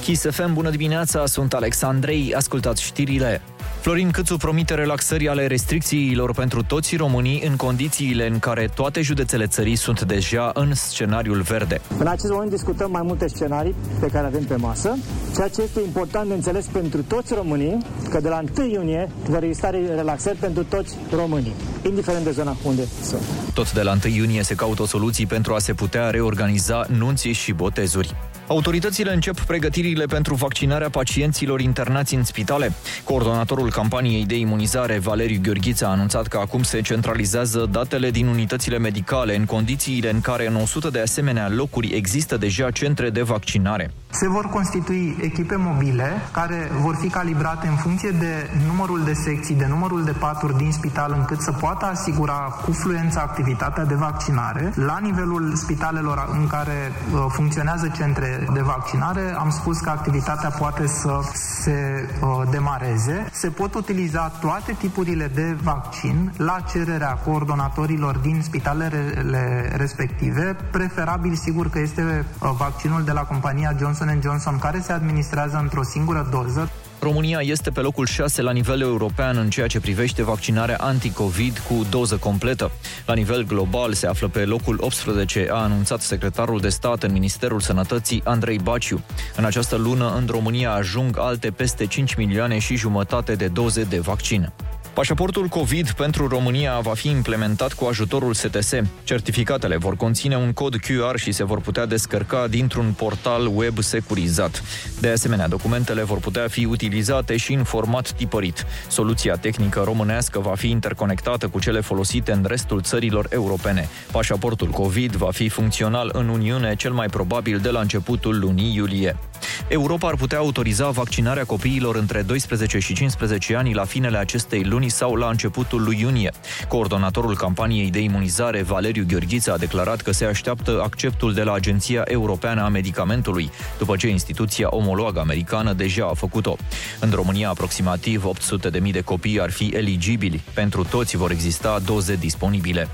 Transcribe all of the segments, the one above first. Kiss FM. Bună dimineața, sunt Alexandrei, ascultați știrile. Florin Câțu promite relaxări ale restricțiilor pentru toți românii în condițiile în care toate județele țării sunt deja în scenariul verde. În acest moment discutăm mai multe scenarii pe care avem pe masă, ceea ce este important de înțeles pentru toți românii, că de la 1 iunie vor exista relaxări pentru toți românii, indiferent de zona unde sunt. Tot de la 1 iunie se caută soluții pentru a se putea reorganiza nunții și botezuri. Autoritățile încep pregătirile pentru vaccinarea pacienților internați în spitale. Coordonatorul campaniei de imunizare, Valeriu Gheorghiță, a anunțat că acum se centralizează datele din unitățile medicale în condițiile în care în 100 de asemenea locuri există deja centre de vaccinare. Se vor constitui echipe mobile care vor fi calibrate în funcție de numărul de secții, de numărul de paturi din spital, încât să poată asigura cu fluență activitatea de vaccinare. La nivelul spitalelor în care uh, funcționează centre de vaccinare, am spus că activitatea poate să se uh, demareze. Se pot utiliza toate tipurile de vaccin la cererea coordonatorilor din spitalele respective. Preferabil, sigur că este uh, vaccinul de la compania Johnson Johnson care se administrează într-o singură doză. România este pe locul 6 la nivel european în ceea ce privește vaccinarea anticovid cu doză completă. La nivel global se află pe locul 18, a anunțat secretarul de stat în Ministerul Sănătății Andrei Baciu. În această lună în România ajung alte peste 5 milioane și jumătate de doze de vaccin. Pașaportul COVID pentru România va fi implementat cu ajutorul STS. Certificatele vor conține un cod QR și se vor putea descărca dintr-un portal web securizat. De asemenea, documentele vor putea fi utilizate și în format tipărit. Soluția tehnică românească va fi interconectată cu cele folosite în restul țărilor europene. Pașaportul COVID va fi funcțional în Uniune cel mai probabil de la începutul lunii iulie. Europa ar putea autoriza vaccinarea copiilor între 12 și 15 ani la finele acestei luni sau la începutul lui iunie. Coordonatorul campaniei de imunizare, Valeriu Gheorghiță, a declarat că se așteaptă acceptul de la Agenția Europeană a Medicamentului, după ce instituția omologă americană deja a făcut-o. În România, aproximativ 800.000 de copii ar fi eligibili. Pentru toți vor exista doze disponibile.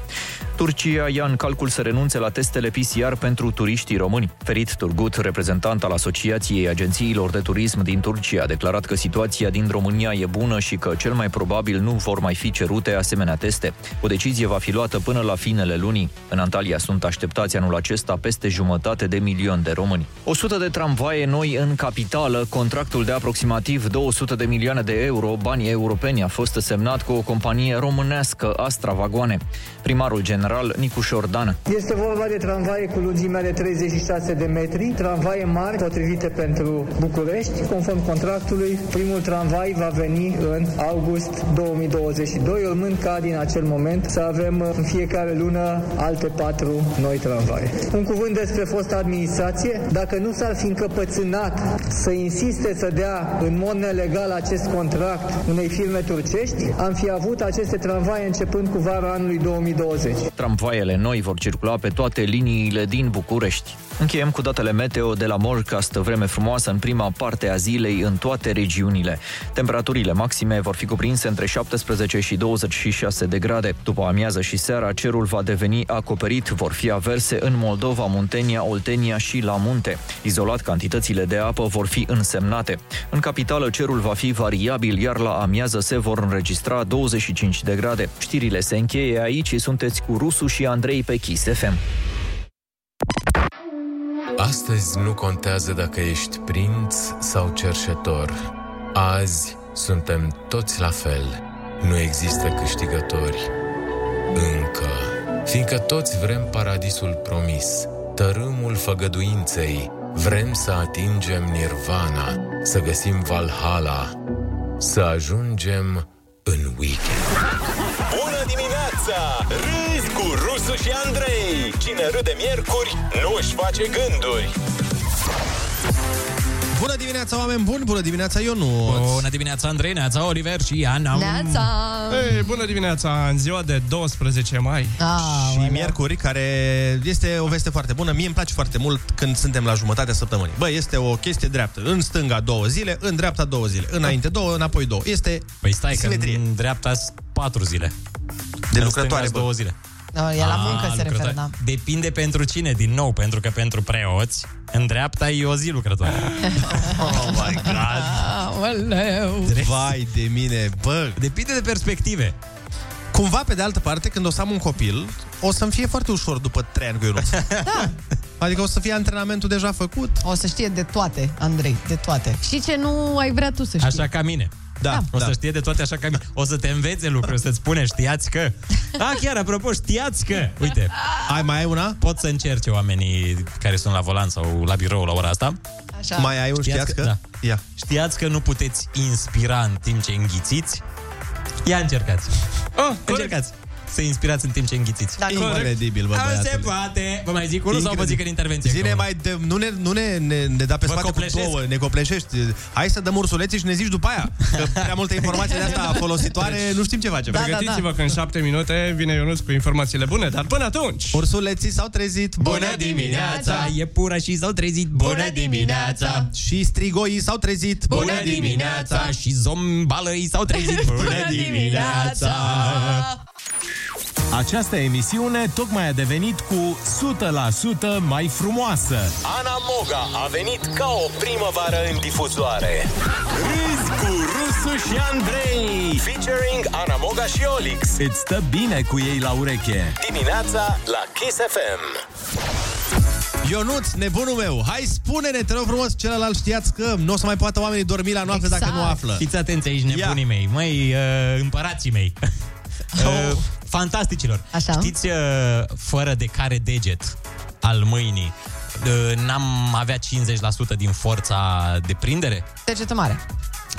Turcia ia în calcul să renunțe la testele PCR pentru turiștii români. Ferit Turgut, reprezentant al Asociației Agențiilor de Turism din Turcia, a declarat că situația din România e bună și că cel mai probabil nu vor mai fi cerute asemenea teste. O decizie va fi luată până la finele lunii. În Antalya sunt așteptați anul acesta peste jumătate de milion de români. 100 de tramvaie noi în capitală, contractul de aproximativ 200 de milioane de euro, banii europeni, a fost semnat cu o companie românească, Astra Vagoane. Primarul general general Nicu Șordan. Este vorba de tramvaie cu lungimea de 36 de metri, tramvaie mari potrivite pentru București. Conform contractului, primul tramvai va veni în august 2022, urmând ca din acel moment să avem în fiecare lună alte patru noi tramvaie. Un cuvânt despre fosta administrație, dacă nu s-ar fi încăpățânat să insiste să dea în mod nelegal acest contract unei firme turcești, am fi avut aceste tramvaie începând cu vara anului 2020. Tramvaiele noi vor circula pe toate liniile din București. Încheiem cu datele meteo de la Morcast, vreme frumoasă în prima parte a zilei în toate regiunile. Temperaturile maxime vor fi cuprinse între 17 și 26 de grade. După amiază și seara, cerul va deveni acoperit, vor fi averse în Moldova, Muntenia, Oltenia și la munte. Izolat, cantitățile de apă vor fi însemnate. În capitală, cerul va fi variabil, iar la amiază se vor înregistra 25 de grade. Știrile se încheie aici, sunteți cu Rusu și Andrei pe Kiss FM. Astăzi nu contează dacă ești prinț sau cerșetor. Azi suntem toți la fel. Nu există câștigători. Încă. Fiindcă toți vrem paradisul promis, tărâmul făgăduinței, vrem să atingem nirvana, să găsim Valhalla, să ajungem în weekend. Bună dimineața! Râzi cu Rusu și Andrei! Cine râde miercuri, nu își face gânduri! Bună dimineața, oameni buni! Bună dimineața, Ionuț! Bună dimineața, Andrei, neața, Oliver și Ana! Neața! Ei, bună dimineața, în ziua de 12 mai. Ah, și miercuri, care este o veste foarte bună. Mie îmi place foarte mult când suntem la jumătatea săptămânii. Bă, este o chestie dreaptă. În stânga două zile, în dreapta două zile. Înainte două, înapoi două. Este Păi stai că simetrie. în dreapta patru zile. de În lucrătoare, stânga-s bă. două zile. Uh, E la muncă se referă, da. Ah, Depinde pentru cine, din nou, pentru că pentru preoți, în dreapta e o zi lucrătoare. Da. oh my god! Aoleu. Vai de mine, bă! Depinde de perspective. Cumva, pe de altă parte, când o să am un copil, o să-mi fie foarte ușor după trei ani cu Ionuț. Adică o să fie antrenamentul deja făcut. Da. O să știe de toate, Andrei, de toate. Și ce nu ai vrea tu să știi. Așa ca mine. Da, O da. să știe de toate așa ca mine. O să te învețe lucruri, să-ți spune, știați că... Ah, chiar, apropo, știați că... Uite, Ai mai ai una? pot să încerce oamenii care sunt la volan sau la birou la ora asta. Așa. Mai ai un Știați știați că? că- da. Ia. Știați că nu puteți inspira în timp ce înghițiți? Ia încercați. Oh, încercați. Să inspirați în timp ce înghițiți. Da, Dacă Incredibil, bă, Nu se băiatule. poate! Vă mai zic unul sau vă Incredibil. zic în intervenție? Zine acum? mai, dă, nu, ne, nu ne, ne, ne da pe Vă spate cu copleșesc. două, ne copleșești. Hai să dăm ursuleții și ne zici după aia. Că prea multe informații de asta folositoare, nu știm ce facem. Da, da, Pregătiți-vă că în șapte minute vine Ionuț cu informațiile bune, dar până atunci... Ursuleții s-au trezit. Bună dimineața! E pura și s-au trezit. Bună da, dimineața! Și strigoii s-au trezit. Bună dimineața! Și zombalăi s-au trezit. Bună dimineața! Această emisiune tocmai a devenit cu 100% mai frumoasă. Ana Moga a venit ca o primăvară în difuzoare. Râzi cu Rusu și Andrei. Featuring Ana Moga și Olix. Îți stă bine cu ei la ureche. Dimineața la Kiss FM. Ionuț, nebunul meu, hai spune-ne, te rog frumos, celălalt știați că nu o să mai poată oamenii dormi la noapte Exact. dacă nu află. Fiți atenți aici, nebunii Ia. mei, măi, uh, împărații mei. Oh. Uh, fantasticilor. Așa. Știți, uh, fără de care deget al mâinii, uh, n-am avea 50% din forța de prindere? Degetul mare.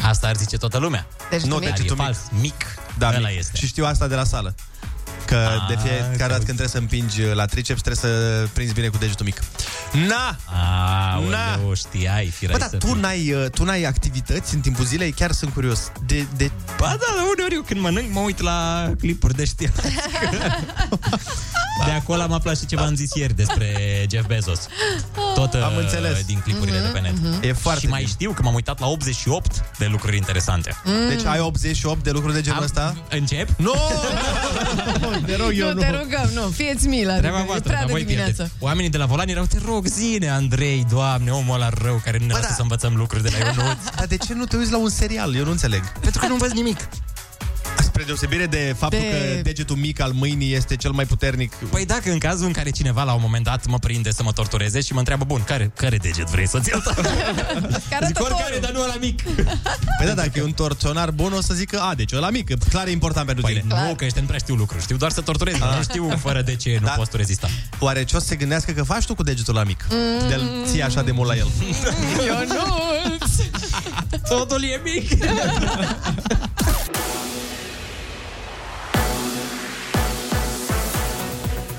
Asta ar zice toată lumea. Deci Degetul Nu, mic. Dar degetul e mic. fals, mic. Da, Ăla mic. este. Și știu asta de la sală. Că Ah, de fiecare că dată uite. când trebuie să împingi uh, la triceps, trebuie să prinzi bine cu degetul mic. Na! Na. Aoleu, știai, Bă, firai dar să tu fii. n-ai, uh, tu n-ai activități în timpul zilei? Chiar sunt curios. De, de... Ba da, la uneori eu când mănânc mă uit la clipuri de știri. De acolo am aflat și ce v-am zis ieri despre Jeff Bezos. Tot Am uh, înțeles. Mhm, din clipurile de pe net. E foarte și mai bine. știu că m-am uitat la 88 de lucruri interesante. Mm. Deci ai 88 de lucruri de genul ăsta? Am, încep? Nu! nu, nu, Te rog, eu Nu, nu. te rugăm, nu, fieți milă, Treaba adică e voastră, prea dar de voi dimineață. pierdeți. Oamenii de la volan erau, te rog, zine, Andrei, doamne, omul ăla rău care nu ne Bă, lasă da. să învățăm lucruri de la Ionuț. Dar de ce nu te uiți la un serial? Eu nu înțeleg. Pentru că nu învăț nimic. Spre deosebire de faptul De- că degetul mic al mâinii este cel mai puternic. Păi dacă în cazul în care cineva la un moment dat mă prinde să mă tortureze și mă întreabă, bun, care, care deget vrei să-ți iau? Care Zic oricare, dar nu la mic. Păi da, dacă e un torționar bun, o să zică, a, deci ăla mic, clar e important pentru Păi tine. Ah. nu, că ăștia nu prea știu lucruri. Știu doar să torturez. dar Nu știu fără de ce nu Da. poți tu rezista. Oare ce o să se gândească că faci tu cu degetul la mic? De ții așa de mult la el. Eu nu. Totul e mic.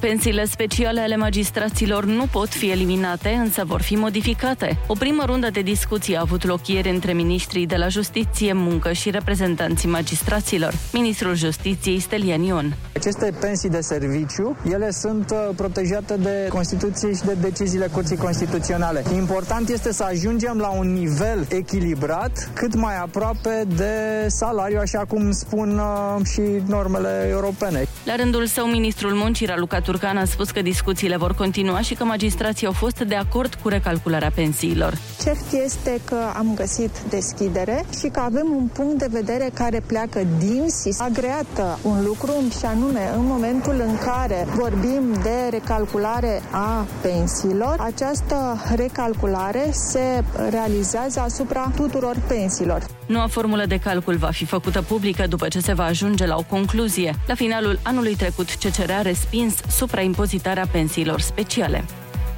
Pensiile speciale ale magistraților nu pot fi eliminate, însă vor fi modificate. O primă rundă de discuții a avut loc ieri între ministrii de la Justiție, Muncă și reprezentanții magistraților. Ministrul Justiției Stelian Ion. Aceste pensii de serviciu, ele sunt uh, protejate de Constituție și de deciziile Curții Constituționale. Important este să ajungem la un nivel echilibrat, cât mai aproape de salariu, așa cum spun uh, și normele europene. La rândul său, ministrul muncii Raluca Turcan a spus că discuțiile vor continua și că magistrații au fost de acord cu recalcularea pensiilor. Cert este că am găsit deschidere și că avem un punct de vedere care pleacă din sistem. A creat un lucru și anume în momentul în care vorbim de recalculare a pensiilor, această recalculare se realizează asupra tuturor pensiilor. Noua formulă de calcul va fi făcută publică după ce se va ajunge la o concluzie. La finalul anului trecut, CCR a respins supraimpozitarea pensiilor speciale.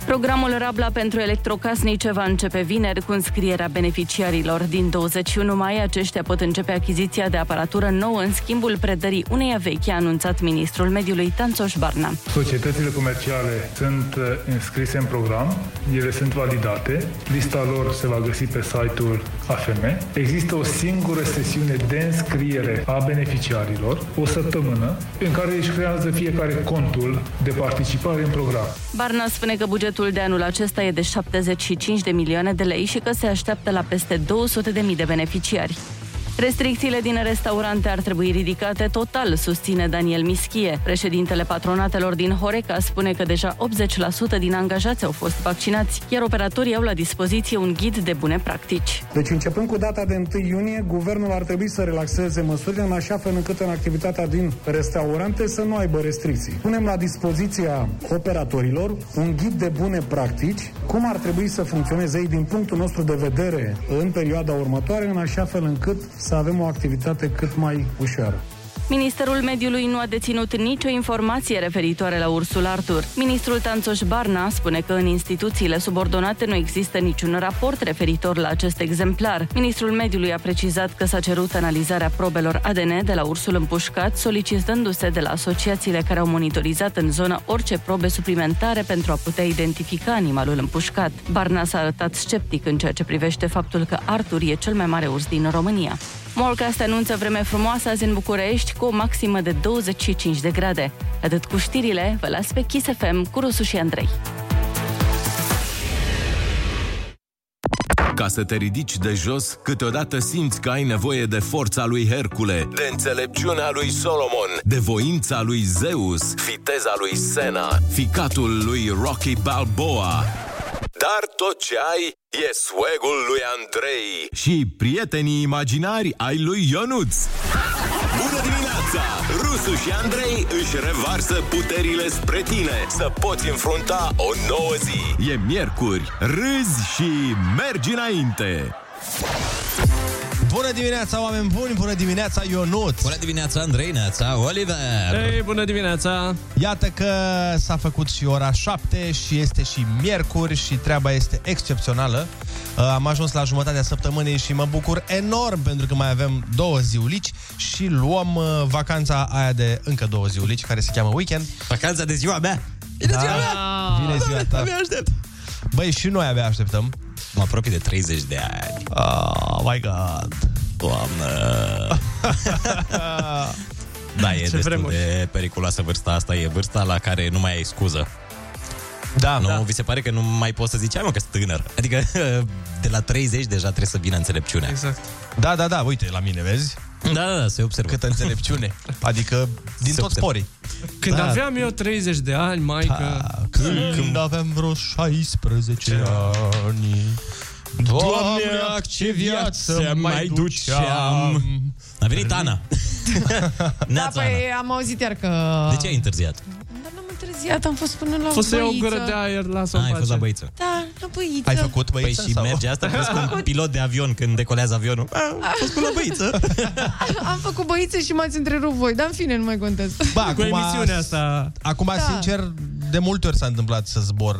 Programul Rabla pentru electrocasnice va începe vineri cu înscrierea beneficiarilor. Din 21 mai, aceștia pot începe achiziția de aparatură nouă în schimbul predării uneia vechi, a anunțat ministrul mediului Tanțoș Barna. Societățile comerciale sunt uh, înscrise în program, ele sunt validate, lista lor se va găsi pe site-ul AFM. Există o singură sesiune de înscriere a beneficiarilor, o săptămână, în care își creează fiecare contul de participare în program. Barna spune că bugetul de anul acesta e de 75 de milioane de lei și că se așteaptă la peste 200 de mii de beneficiari. Restricțiile din restaurante ar trebui ridicate total, susține Daniel Mischie. Președintele patronatelor din Horeca spune că deja 80% din angajați au fost vaccinați, iar operatorii au la dispoziție un ghid de bune practici. Deci începând cu data de 1 iunie, guvernul ar trebui să relaxeze măsurile în așa fel încât în activitatea din restaurante să nu aibă restricții. Punem la dispoziția operatorilor un ghid de bune practici, cum ar trebui să funcționeze ei din punctul nostru de vedere în perioada următoare, în așa fel încât să avem o activitate cât mai ușoară. Ministerul Mediului nu a deținut nicio informație referitoare la ursul Artur. Ministrul Tanțoș Barna spune că în instituțiile subordonate nu există niciun raport referitor la acest exemplar. Ministrul Mediului a precizat că s-a cerut analizarea probelor ADN de la ursul împușcat, solicitându-se de la asociațiile care au monitorizat în zonă orice probe suplimentare pentru a putea identifica animalul împușcat. Barna s-a arătat sceptic în ceea ce privește faptul că Artur e cel mai mare urs din România. Morcast anunță vreme frumoasă azi în București cu o maximă de 25 de grade. Atât cu știrile, vă las pe Kiss FM cu Rusu și Andrei. Ca să te ridici de jos, câteodată simți că ai nevoie de forța lui Hercule, de înțelepciunea lui Solomon, de voința lui Zeus, viteza lui Sena, ficatul lui Rocky Balboa. Dar tot ce ai e swag-ul lui Andrei și prietenii imaginari ai lui Ionuț. Bună dimineața! Rusu și Andrei își revarsă puterile spre tine să poți înfrunta o nouă zi. E miercuri, râzi și mergi înainte. Bună dimineața, oameni buni! Bună dimineața, Ionut! Bună dimineața, Andrei, neața, Oliver! Ei, bună dimineața! Iată că s-a făcut și ora 7 și este și miercuri și treaba este excepțională. Uh, Am ajuns la jumătatea săptămânii și mă bucur enorm pentru că mai avem două ziulici și luăm uh, vacanța aia de încă două ziulici care se cheamă weekend. Vacanța de ziua mea! Da. Vine ziua mea! Vine ziua ta! Abia aștept! Băi, și noi abia așteptăm. Mă apropii de 30 de ani. Oh my god! Doamnă! da, e Ce destul vremuri. de periculoasă vârsta asta. E vârsta la care nu mai ai scuză. Da, nu, da. vi se pare că nu mai poți să zici, ai mă, că sunt tânăr. Adică de la 30 deja trebuie să vină înțelepciunea. Exact. Da, da, da, uite, la mine, vezi? Da, da, da, se observă. Câtă înțelepciune. Adică din toți porii. Când Da. aveam eu 30 de ani, Mm. mai că... Când, când aveam vreo 16 ani Doamne, ac, ce viață mai duceam. A venit Ana. Da, Neața, Ana. păi am auzit iar că... De ce ai întârziat? Am întârziat, am fost până la Fost să iau o băiță. gură de aer, lasă-o Ai fost la băiță. Da, la băiță. Păi și merge asta, crezi cu un pilot de avion când decolează avionul. A, am fost cu la băiță. Am făcut băiță și m-ați întrerupt voi, dar în fine, nu mai contează. Ba, acum- Acum, Da. sincer, de multe ori s-a întâmplat să zbor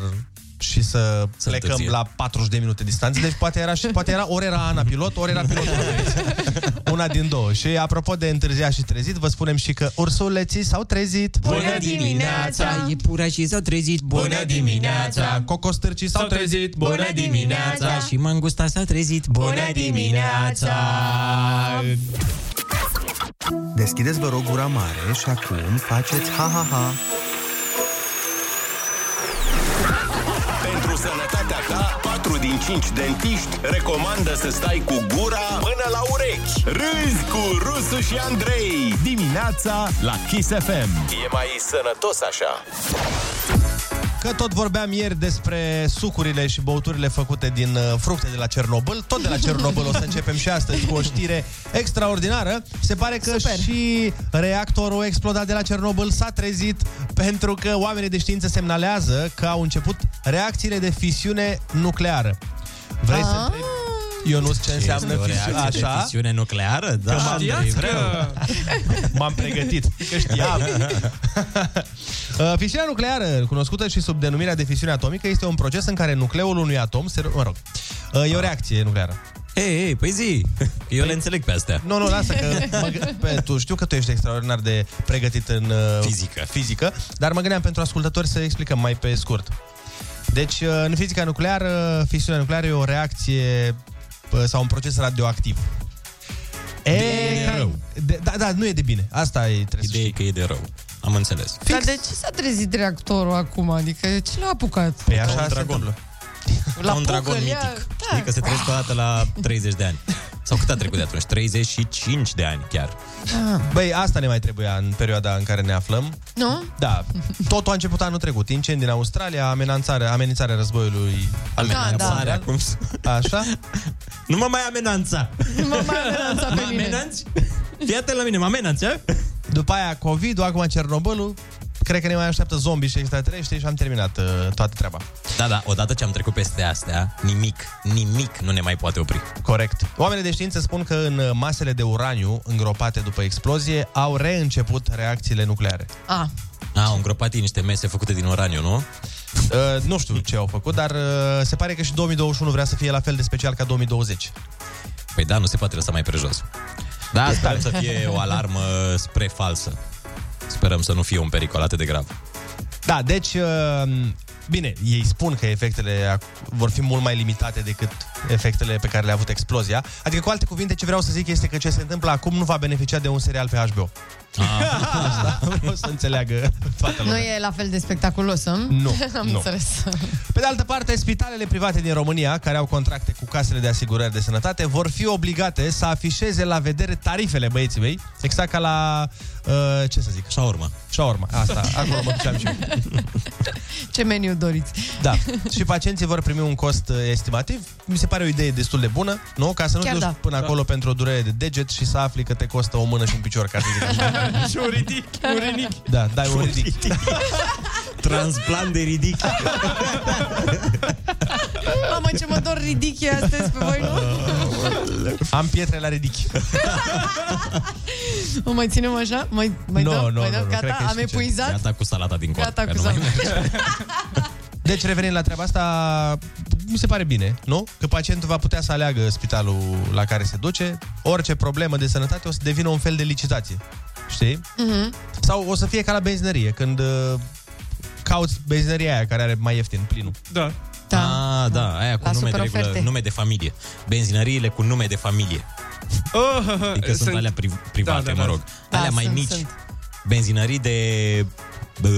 și să, să plecăm întârzie. la 40 de minute distanță, deci poate era, și, poate era ori era Ana pilot, ori era pilot. Una din două. Și apropo de întârziat și trezit, vă spunem și că ursuleții s-au trezit. Ah, Bună dimineața! Iepurașii s-au trezit, bună dimineața! Cocostârcii s-au trezit, bună dimineața! Și mangusta s-a trezit, bună dimineața! Deschideți, vă rog, gura mare și acum faceți ha-ha-ha. Pentru sănătatea ta, 4 din 5 dentiști recomandă să stai cu gura până la urechi. Râzi cu Rusu și Andrei. Dimineața la Kiss FM. E mai sănătos așa. Că tot vorbeam ieri despre sucurile și băuturile făcute din uh, fructe de la Cernobâl, tot de la Cernobâl o să începem și astăzi cu o știre extraordinară. Se pare că Super. și reactorul explodat de la Cernobâl s-a trezit pentru că oamenii de știință semnalează că au început reacțiile de fisiune nucleară. Vrei să Ah. întrebi, Ionuț, ce înseamnă este o fisiune? reacție de Așa? fisiune nucleară? Da, Că m-am Andrei, gândit vreau. că- M-am pregătit, că știam. Uh, Fisiunea nucleară, cunoscută și sub denumirea de fisiune atomică, este un proces în care nucleul unui atom se... Mă rog, uh, e o reacție nucleară. Ei, ei, păi zi, eu le înțeleg pe astea. Nu, nu, lasă că mă, gă- pe, tu știu că tu ești extraordinar de pregătit în uh, Fizică. fizică, dar mă gândeam pentru ascultători să explicăm mai pe scurt. Deci, uh, în fizica nucleară, fisiunea nucleară e o reacție uh, sau un proces radioactiv. E, ca, de, da, da, nu e de bine. Asta e trebuie Ideea e că e de rău. Am înțeles. Dar de ce s-a trezit reactorul acum? Adică ce l-a apucat? Păi Ca un dragon. La da. un dragon ia- mitic. Știi că se trezesc o dată la 30 de ani. Sau cât a trecut de atunci? 35 de ani chiar. Ah. Băi, asta ne mai trebuia în perioada în care ne aflăm. Nu? Da, totul a început anul trecut. Incendii în Australia, amenințarea, amenințarea războiului. Amenințarea, cum Așa? Da, Nu mă mai amenanța! Nu mă mai amenanța pe Mă mine. amenanți? Fii atent la mine, mă amenanți, a? După aia covid acum Cernobâlul. Cred că ne mai așteaptă zombii și extraterestri și am terminat uh, toată treaba. Da, da, odată ce am trecut peste astea, nimic, nimic nu ne mai poate opri. Corect. Oamenii de știință spun că în uh, masele de uraniu îngropate după explozie au reînceput reacțiile nucleare. A, Au îngropat ei niște mese făcute din uraniu, nu? Uh, nu știu ce au făcut, dar uh, se pare că și 2021 vrea să fie la fel de special ca 2020. Păi da, nu se poate lăsa mai prejos. Da, Deci, sperăm să fie o alarmă spre falsă. Sperăm să nu fie un pericol atât de grav. Da, deci, uh, bine, ei spun că efectele ac- vor fi mult mai limitate decât efectele pe care le-a avut explozia. Adică, cu alte cuvinte, ce vreau să zic este că ce se întâmplă acum nu va beneficia de un serial pe HBO. Ah. Asta vreau să înțeleagă toată nu lumea. e la fel de spectaculos, îmi? Nu, Am nu. înțeles. Pe de altă parte, spitalele private din România, care au contracte cu casele de asigurări de sănătate, vor fi obligate să afișeze la vedere tarifele, băieții mei, exact ca la, uh, ce să zic? Shaorma. Shaorma, asta, acolo mă duceam și eu. Ce meniu doriți? Da. Și pacienții vor primi un cost uh, estimativ. Mi se pare o idee destul de bună, nu? Ca să nu Chiar te duci da. până acolo pentru o durere de deget și să afli că te costă o mână și un picior, ca să zic așa. Și un ridic, un ridic. Da, dai un ridic. Transplant de ridic. Mamă, ce mă dor ridichii astăzi pe voi, nu? Am pietre la ridic. O mai ținem așa? Mai, mai Nu, dăm? nu, mai nu, dăm? nu, cred Gata, că e am suficient. epuizat? Gata cu salata din coadă. Gata că cu nu mai- zahăr. Deci revenind la treaba asta, mi se pare bine, nu? Că pacientul va putea să aleagă spitalul la care se duce, orice problemă de sănătate o să devină un fel de licitație, știi? Mhm. Sau o să fie ca la benzinărie, când uh, cauți benzinăria aia care are mai ieftin plinul. Da. Da. Ah, da, aia cu La nume de, regulă, superoferte. nume de familie. Benzinăriile cu nume de familie. Oh, Adică sunt, alea pri- private, da, da, mă rog. Da, alea mai sunt, mici. sunt. Benzinării de... De,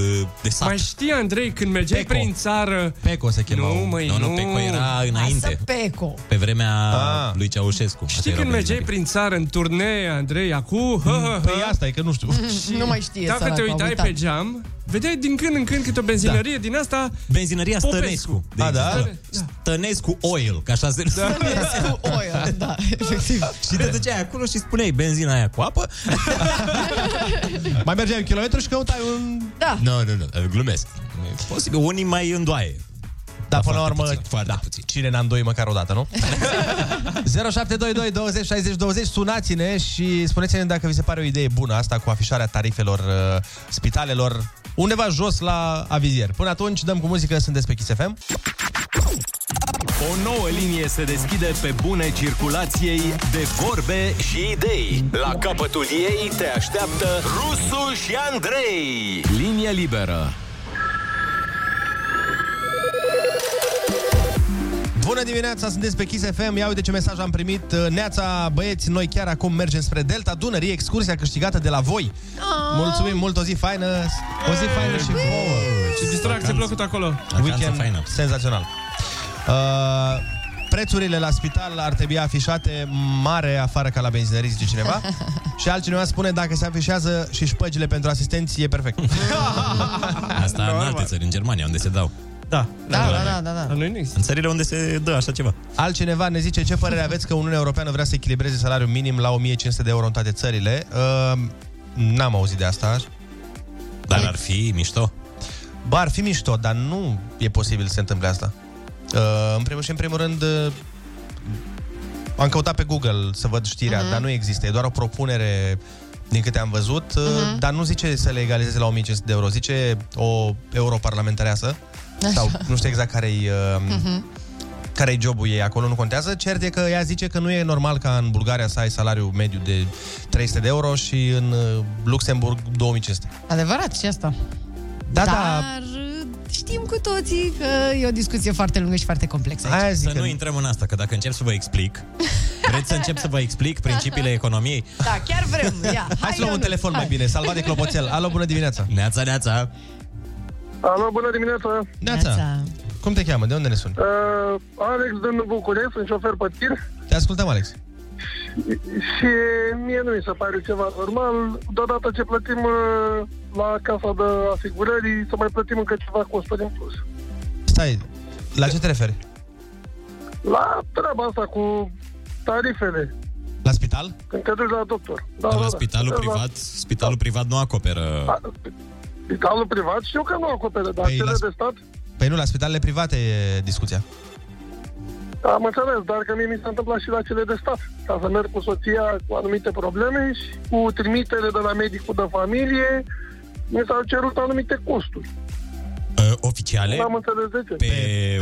de sat. Mai știi, Andrei, când mergeai Peco. prin țară... Peco se chema. Nu, măi, Nu, nu. nu, Peco era înainte. Lasă Peco. Pe vremea ah. lui Ceaușescu. Știi când mergeai prin țară în turnee, Andrei, acum... Păi asta e că nu știu. Și Nu mai știe Dacă săracul, te a uitai uitat. pe geam, vedeai din când în când câte o benzinărie Da. din asta... Benzinăria Popescu. Stănescu. de Deci, A, da? exemplu. Stănescu Oil, ca așa se Stănescu Oil, da, efectiv. Da. Și te duceai acolo și spuneai benzina aia cu apă. mai mergeai un kilometru și căutai un... Da. Nu, nu, nu, glumesc. Nu e Posibil, unii mai îndoaie. Dar până la urmă, puțin, foarte da, puțin. cine n-a îndoi măcar o dată, nu? 0722 20 60 20 Sunați-ne și spuneți-ne dacă vi se pare o idee bună asta cu afișarea tarifelor uh, spitalelor undeva jos la avizier. Până atunci dăm cu muzică, sunteți pe Kiss FM. O nouă linie se deschide pe bune circulației de vorbe și idei. La capătul ei te așteaptă Rusu și Andrei. Linie liberă. Bună dimineața, sunteți pe Kiss FM. Ia uite ce mesaj am primit. Uh, Neața, băieți, noi chiar acum mergem spre Delta Dunării, excursia câștigată de la voi. Ah. Mulțumim mult, o zi faină. O zi faină și vouă. Ce distracție plăcut acolo. Weekend senzațional. Uh, prețurile la spital ar trebui afișate mare afară ca la benzinării, zice cineva. și altcineva spune dacă se afișează și șpăgile pentru asistenți, e perfect. Asta în alte țări, în Germania, unde se dau. da. Da, da, da, da, da. În țările unde se dă așa ceva. Altcineva ne zice ce părere aveți că Uniunea Europeană vrea să echilibreze salariul minim la 1500 de euro în toate țările. Uh, n-am auzit de asta. Dar ar fi mișto. Ba, ar fi mișto, dar nu e posibil să se întâmple asta. Uh, în primul și în primul rând, uh, am căutat pe Google să văd știrea, uh-huh. dar nu există. E doar o propunere din câte am văzut, uh, uh-huh. dar nu zice să le egalizeze la 1500 de euro, zice o europarlamentareasă, Așa. sau nu știu exact care-i... Uh, uh-huh care e jobul ei acolo, nu contează. Cert e că ea zice că nu e normal ca în Bulgaria să ai salariu mediu de 300 de euro și în uh, Luxemburg 2500. Adevărat și asta. Da, da. Dar uh, știm cu toții că e o discuție foarte lungă și foarte complexă aici. să nu intrăm în asta, că dacă încep să vă explic... Vreți să încep să vă explic principiile economiei? Da, chiar vrem. Ia, Hai să luăm un telefon mai bine, salvat de clopoțel. Alo, bună dimineața! Neața, neața! Alo, bună dimineața! Neața. Cum te cheamă? De unde ne suni? Uh, Alex din București, sunt șofer pe tir Te ascultăm, Alex. Și mie nu mi se pare ceva normal, deodată ce plătim uh, la casa de asigurări, să mai plătim încă ceva costuri în plus. Stai, la ce te referi? La treaba asta cu tarifele. La spital? Când te duci la doctor. Da, da, la da. spitalul Da, da. privat, spitalul privat nu acoperă... Spitalul privat știu că nu acoperă, dar Păi, cele las- de stat Păi nu, la spitalele private e discuția. Am înțeles, dar că mie mi s-a întâmplat și la cele de stat. Ca să merg cu soția cu anumite probleme și cu trimitere de la medicul de familie, mi s-au cerut anumite costuri. Uh, oficiale? Nu am înțeles de ce. Pe,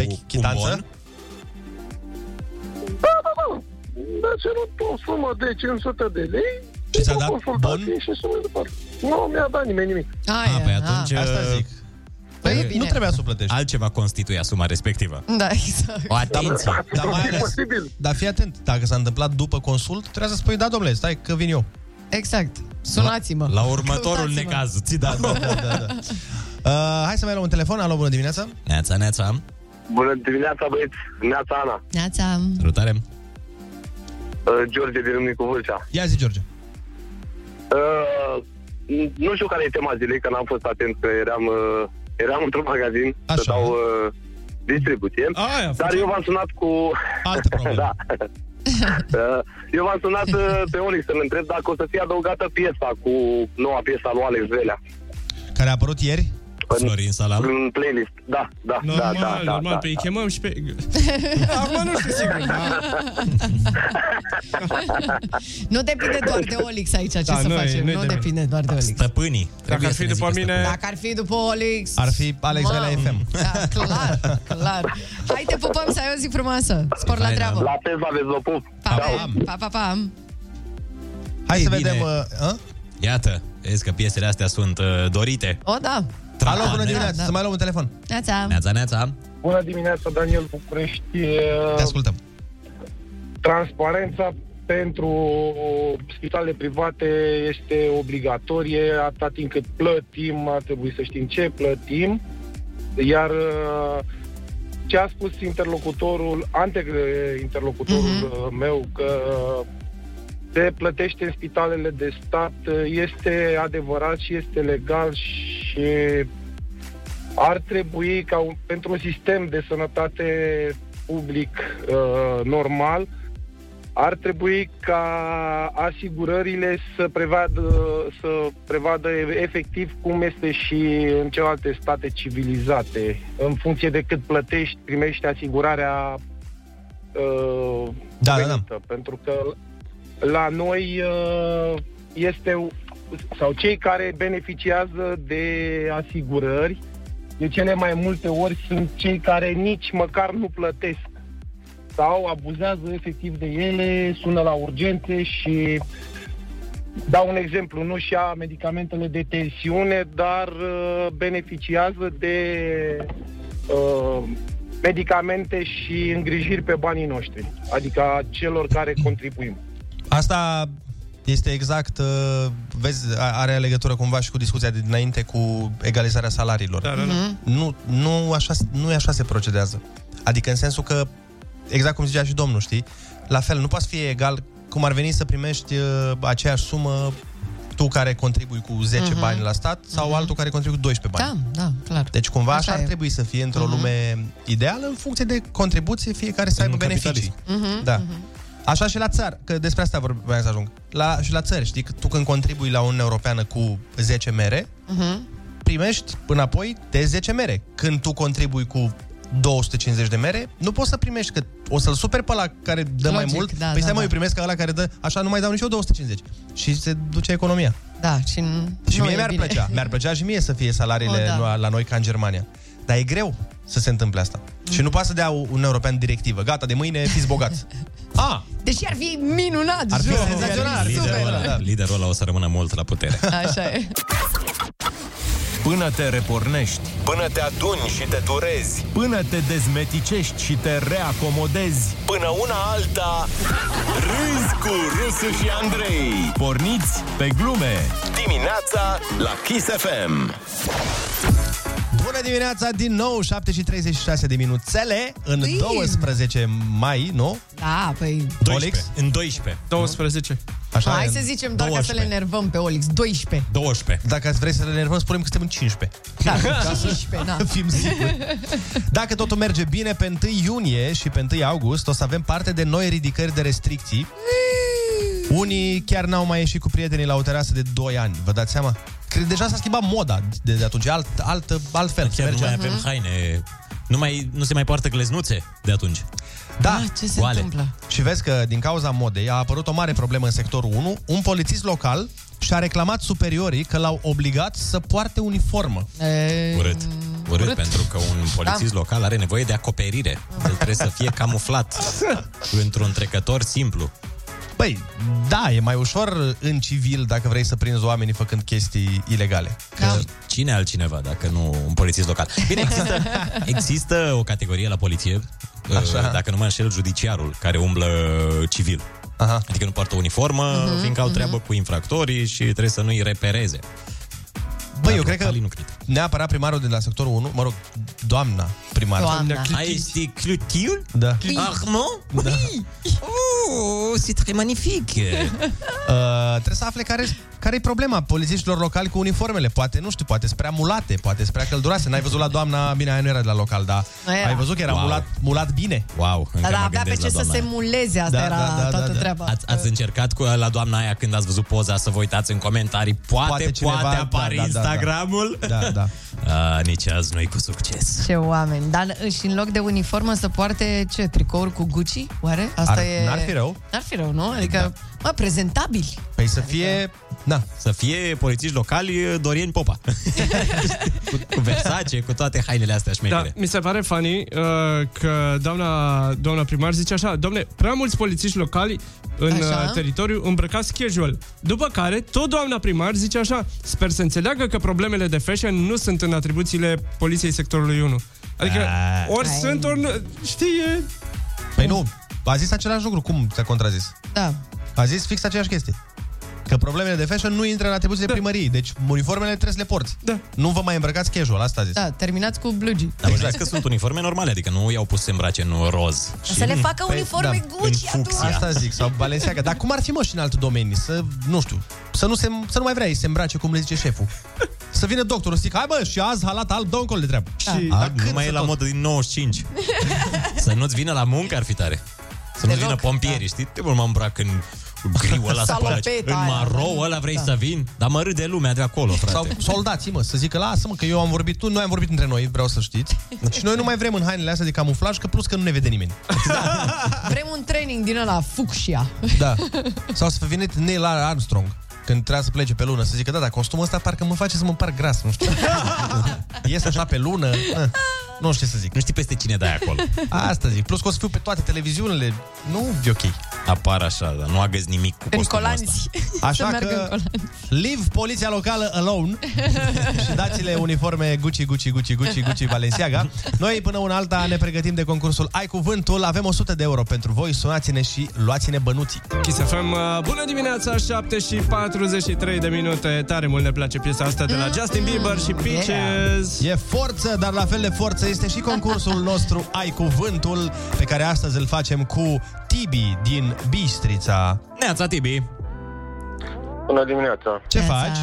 pe chitanță? Da, da, da. Mi-a cerut o sumă de 500 de lei și s-a dat bon? și așa mai departe. Nu mi-a dat nimeni nimic. Aia, da. Păi atunci... a. Asta zic. Păi, e bine. să plătești. Altceva constituia suma respectivă. Da, exact. O Da, atenție. Dar mai ales, dar fii atent, dacă s-a întâmplat după consult, trebuie să spui, da, domnule, stai că vin eu. Exact. Sunați-mă. La următorul Căutați-mă. necaz, ți da. Uh, hai să mai luăm un telefon. Alo, bună dimineața. Neața, neața. Bună dimineața, băieți! Neața Ana! Neața. Salutare. Uh, George din Râmnicu Vâlcea. Ia zi, George. Uh, n- nu știu care e tema zilei, că n-am fost atent, că eram, uh, eram într-un magazin Așa. să dau uh, distribuție. Aia, dar eu v-am sunat cu... Altă problemă. da. Uh, Eu v-am sunat uh, pe Onyx să-l întreb dacă o să fie adăugată piesa cu noua piesa lui Alex Velea. Care a apărut ieri? Florin Salam. În playlist, da, da, Normal, da, da, da, normal, da, pe îi chemăm și pe... Acum nu știu sigur, da. Nu depinde doar de Olix aici, ce Da, să nu e- facem. nu e Nu de- depinde doar de Olix. Stăpânii. Dacă ar fi după mine... Dacă ar fi după Olix, Ar fi Alex Mamă. Velea FM. da, clar, clar. Hai te pupăm să ai o zi frumoasă. Spor la treabă. da. La fel aveți vă pup. Pa, pa, pa, pa. Hai să vedem, Uh, Iată, vezi că piesele astea sunt uh, dorite. O, da. Trapane. Alo, bună dimineața. Da, da. Să mai luăm un telefon. Neața. Neața, neața. Bună dimineața, Daniel București. Te ascultăm. Transparența pentru spitalele private este obligatorie, atâta timp cât plătim, ar trebui să știm ce plătim, iar uh, ce a spus interlocutorul, anteinterlocutorul mm-hmm. meu, că uh, se plătește în spitalele de stat, uh, este adevărat și este legal și ar trebui ca un, pentru un sistem de sănătate public uh, normal, ar trebui ca asigurările să prevadă, să prevadă efectiv cum este și în celelalte state civilizate. În funcție de cât plătești, primești asigurarea uh, da, da, da. Pentru că la noi uh, este sau cei care beneficiază de asigurări, de cele mai multe ori sunt cei care nici măcar nu plătesc sau abuzează efectiv de ele, sună la urgențe și dau un exemplu, nu și ia medicamentele de tensiune, dar uh, beneficiază de uh, medicamente și îngrijiri pe banii noștri, adică a celor care contribuim. Asta este exact, uh, vezi, a- are legătură cumva și cu discuția de dinainte cu egalizarea salariilor. Da, da, da. Mhm. Nu, nu, așa, nu e așa se procedează. Adică în sensul că, exact cum zicea și domnul, știi, la fel, nu poți fi egal cum ar veni să primești uh, aceeași sumă tu care contribui cu 10 Mhm. bani la stat sau altul care contribui cu 12 bani. Da, da, clar. Deci cumva Așa așa, așa e. Mhm. ar trebui să fie într-o lume ideală în funcție de contribuție fiecare să aibă beneficii. Mhm, Da. Așa și la țară, că despre asta vorbeam să ajung. La, și la țări, știi, că tu când contribui la Uniunea Europeană cu 10 mere, mhm. primești înapoi de 10 mere. Când tu contribui cu 250 de mere, nu poți să primești, că o să-l super pe ăla care dă mai Logic, mult. da, da, păi stai mă, da. eu primesc că ăla care dă, așa nu mai dau nici eu 250. Și se duce economia. Da, și, Și nu mie e mi-ar bine. plăcea. Mi-ar plăcea și mie să fie salariile O, oh, da. da. la noi ca în Germania. Dar e greu să se întâmple asta. Mm. Și nu poate să dea un european directivă. Gata, de mâine fiți bogați. ah, Deși ar fi minunat Ar fi jur. senzațional. Liderul ăla, liderul ăla o să rămână mult la putere. Așa e. Până te repornești, Până te aduni și te durezi, până te dezmeticești și te reacomodezi, până una alta, râzi cu Rusu și Andrei. porniți pe glume. Dimineața la Kiss FM. Bună Bună dimineața din nou, 7 și 36 de minuțele în Ui. 12 mai, nu? Da, păi... În 12. 12. Așa, Hai e, să în zicem doar 12. ca să le enervăm pe Olix. 12. 12. Dacă vrei să ne enervăm, spunem că suntem în 15. Da, Ca să 15, na. Fim siguri. Dacă totul merge bine, pe 1 iunie și pe 1 august o să avem parte de noi ridicări de restricții. Unii chiar n-au mai ieșit cu prietenii la o terasă de 2 ani, vă dați seama? Cred deja s-a schimbat moda de, de atunci, e alt, alt, altfel. Chiar nu mai Merge- avem haine. Nu, mai, nu se mai poartă gleznuțe de atunci. Da, Ah, ce se Oale. întâmplă? Și vezi că din cauza modei a apărut o mare problemă în sectorul 1. Un polițist local și-a reclamat superiorii că l-au obligat să poarte uniformă. E... Urât. Urât, Urât, pentru că un polițist Da. local are nevoie de acoperire. El trebuie să fie camuflat într-un trecător simplu. Băi, da, e mai ușor în civil dacă vrei să prinzi oamenii făcând chestii ilegale. Da. Cine altcineva, dacă nu un polițist local? Bine, există, există o categorie la poliție, Așa. dacă nu mă înșel, judiciarul, care umblă civil. Aha. Adică nu poartă uniformă, Mhm, uh-huh, fiindcă au treabă cu infractorii și trebuie să nu-i repereze. Băi, eu cred că neapărat primarul de la sectorul 1, mă rog, doamna primar. Ah, este Clotilde? Da. Armand? Da. Oui. Ah, Oh, c'est très magnifique. Uh, trebuie să afle care care e problema polițiștilor locali cu uniformele. Poate, nu știu, poate sunt prea mulate, poate sunt prea călduroase. N-ai văzut la doamna, bine, aia nu era de la local, dar Nu era. ai văzut că era Wow. mulat, mulat bine. Wow, Dar da, avea pe ce să se muleze, asta Da, era da, da, toată da, da. treaba. Ați, ați încercat cu la doamna aia când ați văzut poza să vă uitați în comentarii. Poate, poate, cineva- poate da, apare da, da, da. Instagramul. Da, da. A, nici azi nu-i cu succes. Ce oameni. Dar și în loc de uniformă să poarte ce? Tricouri cu Gucci? Oare? Asta Ar- e... n-ar fi rău. N-ar fi rău, nu? Adică, mă, prezentabili. Păi să fie... Da. Adică, Să fie polițiști locali Dorian Popa. cu, cu Versace, cu toate hainele astea Da, șmechere. mi se pare funny uh, că doamna, doamna primar zice așa, domne, prea mulți polițiști locali în Așa. așa? teritoriu îmbrăcați casual. După care, tot doamna primar zice așa, sper să înțeleagă că problemele de fashion nu sunt în atribuțiile poliției sectorului 1. Adică, Da. Ah. ori Ai. sunt, ori nu, știi, e... Păi nu, a zis același lucru, cum ți-a contrazis? Da. A zis fix aceeași chestie. Că problemele de fashion nu intră în atribuțiile da. primăriei, deci uniformele trebuie să le porți. Da. Nu vă mai îmbrăcați casual, asta a zis. Da, terminați cu blugi. Dar exact. că sunt uniforme normale, adică nu i-au pus să se îmbrace în roz. Să le facă uniforme Gucci în atunci. Păi, da, Asta zic, sau Balenciaga. Dar cum ar fi mă și în alte domenii? Să, nu știu, să nu, se, să nu mai vrea ei să se îmbrace cum le zice șeful. Să vină doctorul să zic, hai bă, și azi halat alb, dă încolo de treabă. Da. Și A, nu mai e la modă din 95. să nu-ți vină la muncă ar fi tare. Să nu-ți vină pompierii, știi? Te mă îmbrac în griu ăla spălaci. Salopeta În da. aia. maro ăla vrei Da. să vin? Dar mă râde lumea de acolo, Sau frate. soldații, mă, să zică, lasă-mă, că eu am vorbit, tu, noi am vorbit între noi, vreau să știți. Și noi nu mai vrem în hainele astea de camuflaj, că plus că nu ne vede nimeni. Vrem un training din ăla, fucsia. Da. Sau să vină Neil Armstrong când trebuia să plece pe lună, să zică, da, da, costumul ăsta parcă mă face să mă împar gras, nu știu. Ies așa pe lună, eh, nu știu ce să zic. Nu știi peste cine dai acolo. Asta zic. Plus că o să fiu pe toate televiziunile. Nu e ok. Apar așa, dar nu agăzi nimic cu În costumul ăsta. colanzi. Așa să meargă că- în colanzi. Leave poliția locală alone și dați-le uniforme Gucci, Gucci, Gucci, Gucci, Gucci, Balenciaga. Noi până una alta ne pregătim de concursul Ai Cuvântul. Avem 100 de euro pentru voi. Sunați-ne și luați-ne bănuții. Kiss FM, uh, bună dimineața, 7 și 43 de minute. Tare mult ne place piesa asta de la Justin Bieber și Peaches. E forță, dar la fel de forță este și concursul nostru Ai Cuvântul, pe care astăzi îl facem cu Tibi din Bistrița. Neața, Tibi! Bună dimineața. Ce faci?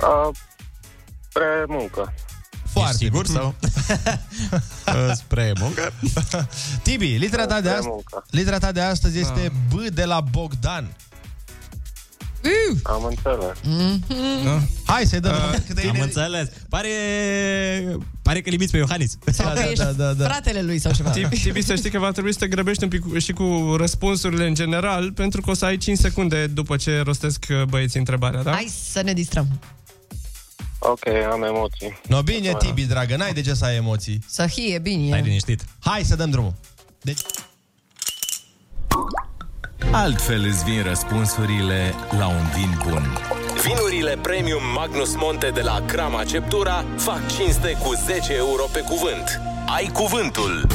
A, spre muncă. Foarte Ești sigur sau? Spre muncă. Tibi, litera ta, de Spre ast- Da, muncă. litera ta de astăzi este B de la Bogdan. Am înțeles. Mm-hmm. Da. Hai să-i dăm. Am înțeles. Pare, pare că limiți pe Iohannis. Da, Da, Sau că ești fratele lui sau ceva. Tibi, Tibi, să știi că va trebui să te grăbești un pic cu- și cu răspunsurile în general, pentru că o să ai 5 secunde după ce rostesc uh, băieții întrebarea, da? Hai să ne distrăm. Ok, am emoții. No, bine, Tibi, dragă, n-ai de ce să ai emoții. Să hie bine. liniștit. Hai să dăm drumul. Deci... Altfel îți vin răspunsurile la un vin bun. Vinurile Premium Magnus Monte de la Crama Ceptura fac cinste cu 10 euro pe cuvânt. Ai cuvântul!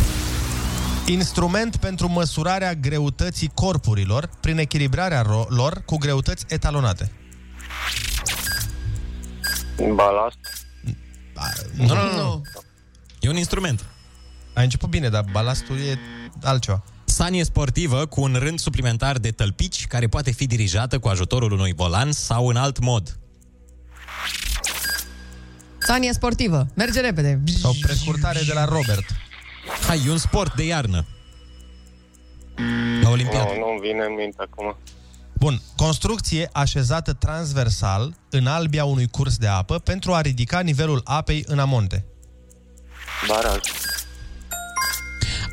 Instrument pentru măsurarea greutății corpurilor prin echilibrarea ro- lor cu greutăți etalonate. Balast. Nu, nu, nu. E un instrument. Ai început bine, dar balastul e altceva. Sanie sportivă cu un rând suplimentar de tălpici care poate fi dirijată cu ajutorul unui volan sau în alt mod. Sanie sportivă. Merge repede. Sau prescurtare de la Robert. Hai, e un sport de iarnă. La Olimpiadă. Nu, nu-mi vine în minte acum. Bun. Construcție așezată transversal în albia unui curs de apă pentru a ridica nivelul apei în amonte. Baraj.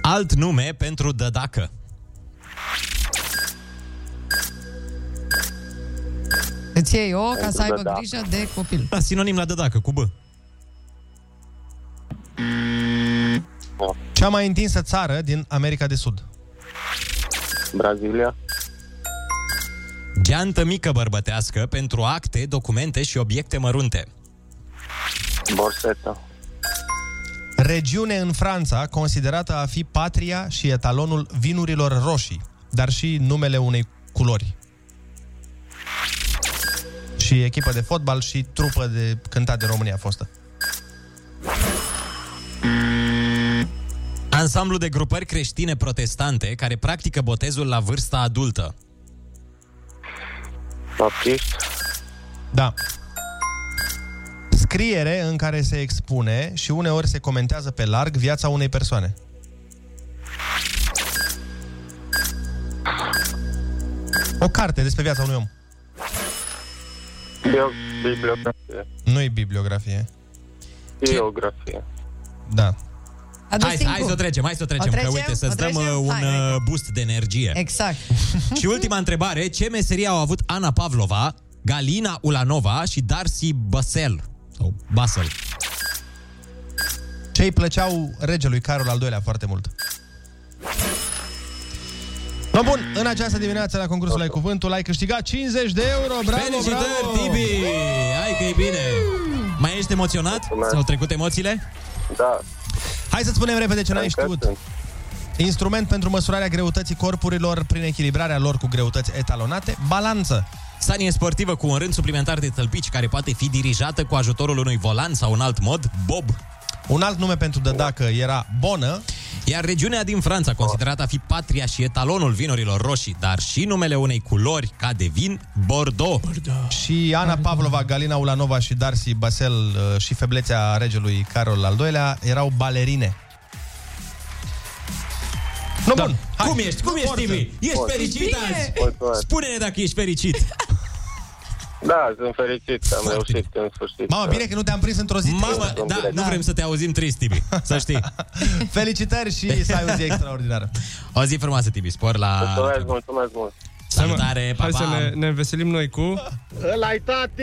Alt nume pentru dădacă. Îți iei o ca să Pentru aibă dădac. grijă de copil. Da, sinonim la dădacă, cu bă. Cea mai întinsă țară din America de Sud. Brazilia. Geantă mică bărbătească pentru acte, documente și obiecte mărunte. Borseta. Regiune în Franța considerată a fi patria și etalonul vinurilor roșii, dar și numele unei culori. Și echipă de fotbal și trupă de cântat de România fostă. Ansamblu de grupări creștine protestante care practică botezul la vârsta adultă. Baptist. Da. Scriere în care se expune și uneori se comentează pe larg viața unei persoane. O carte despre viața unui om. Bio- bibliografie. Nu e bibliografie. Biografie. Da. Hai, hai să o trecem, hai să o trecem, O că trecem? uite, să-ți O dăm trecem? uh, un Hai, uh, boost de energie. Exact. Și ultima întrebare, ce meserie au avut Ana Pavlova, Galina Ulanova și Darcy Basel? Sau Basel. Ce îi plăceau regelui Carol al II-lea foarte mult. No, bun, în această dimineață la concursul Ai Cuvântul ai câștigat 50 de euro, bravo, Felicitări, bravo! Tibi! Hai că e bine! Mai ești emoționat? S-au trecut emoțiile? Da. Hai să spunem repede ce n-ai știut. Instrument pentru măsurarea greutății corpurilor prin echilibrarea lor cu greutăți etalonate, balanță. Sanie sportivă cu un rând suplimentar de tălpici care poate fi dirijată cu ajutorul unui volan sau un alt mod, Bob. Un alt nume pentru dădacă era bonă. Iar regiunea din Franța, considerată a fi patria și etalonul vinurilor roșii, dar și numele unei culori ca de vin, Bordeaux. Bordeaux. Și Ana Pavlova, Galina Ulanova și Darcy Basel uh, și feblețea regelui Carol al II-lea erau balerine. No, da. bun. Hai. Cum ești? Cum ești, Tibi? Ești Forță. fericit Bine. azi? Mulțumesc. Spune-ne dacă ești fericit. Da, sunt fericit că am reușit în sfârșit. Mamă, bine că nu te-am prins într-o zi. Mamă, da, nu vrem să te auzim trist, Tibi. Să știi. Felicitări și să ai o zi extraordinară. O zi frumoasă, Tibi. Spor la... Mulțumesc, mulțumesc mult. Salutare, pa, Hai pa. să ne, ne veselim noi cu... Îl ai tati!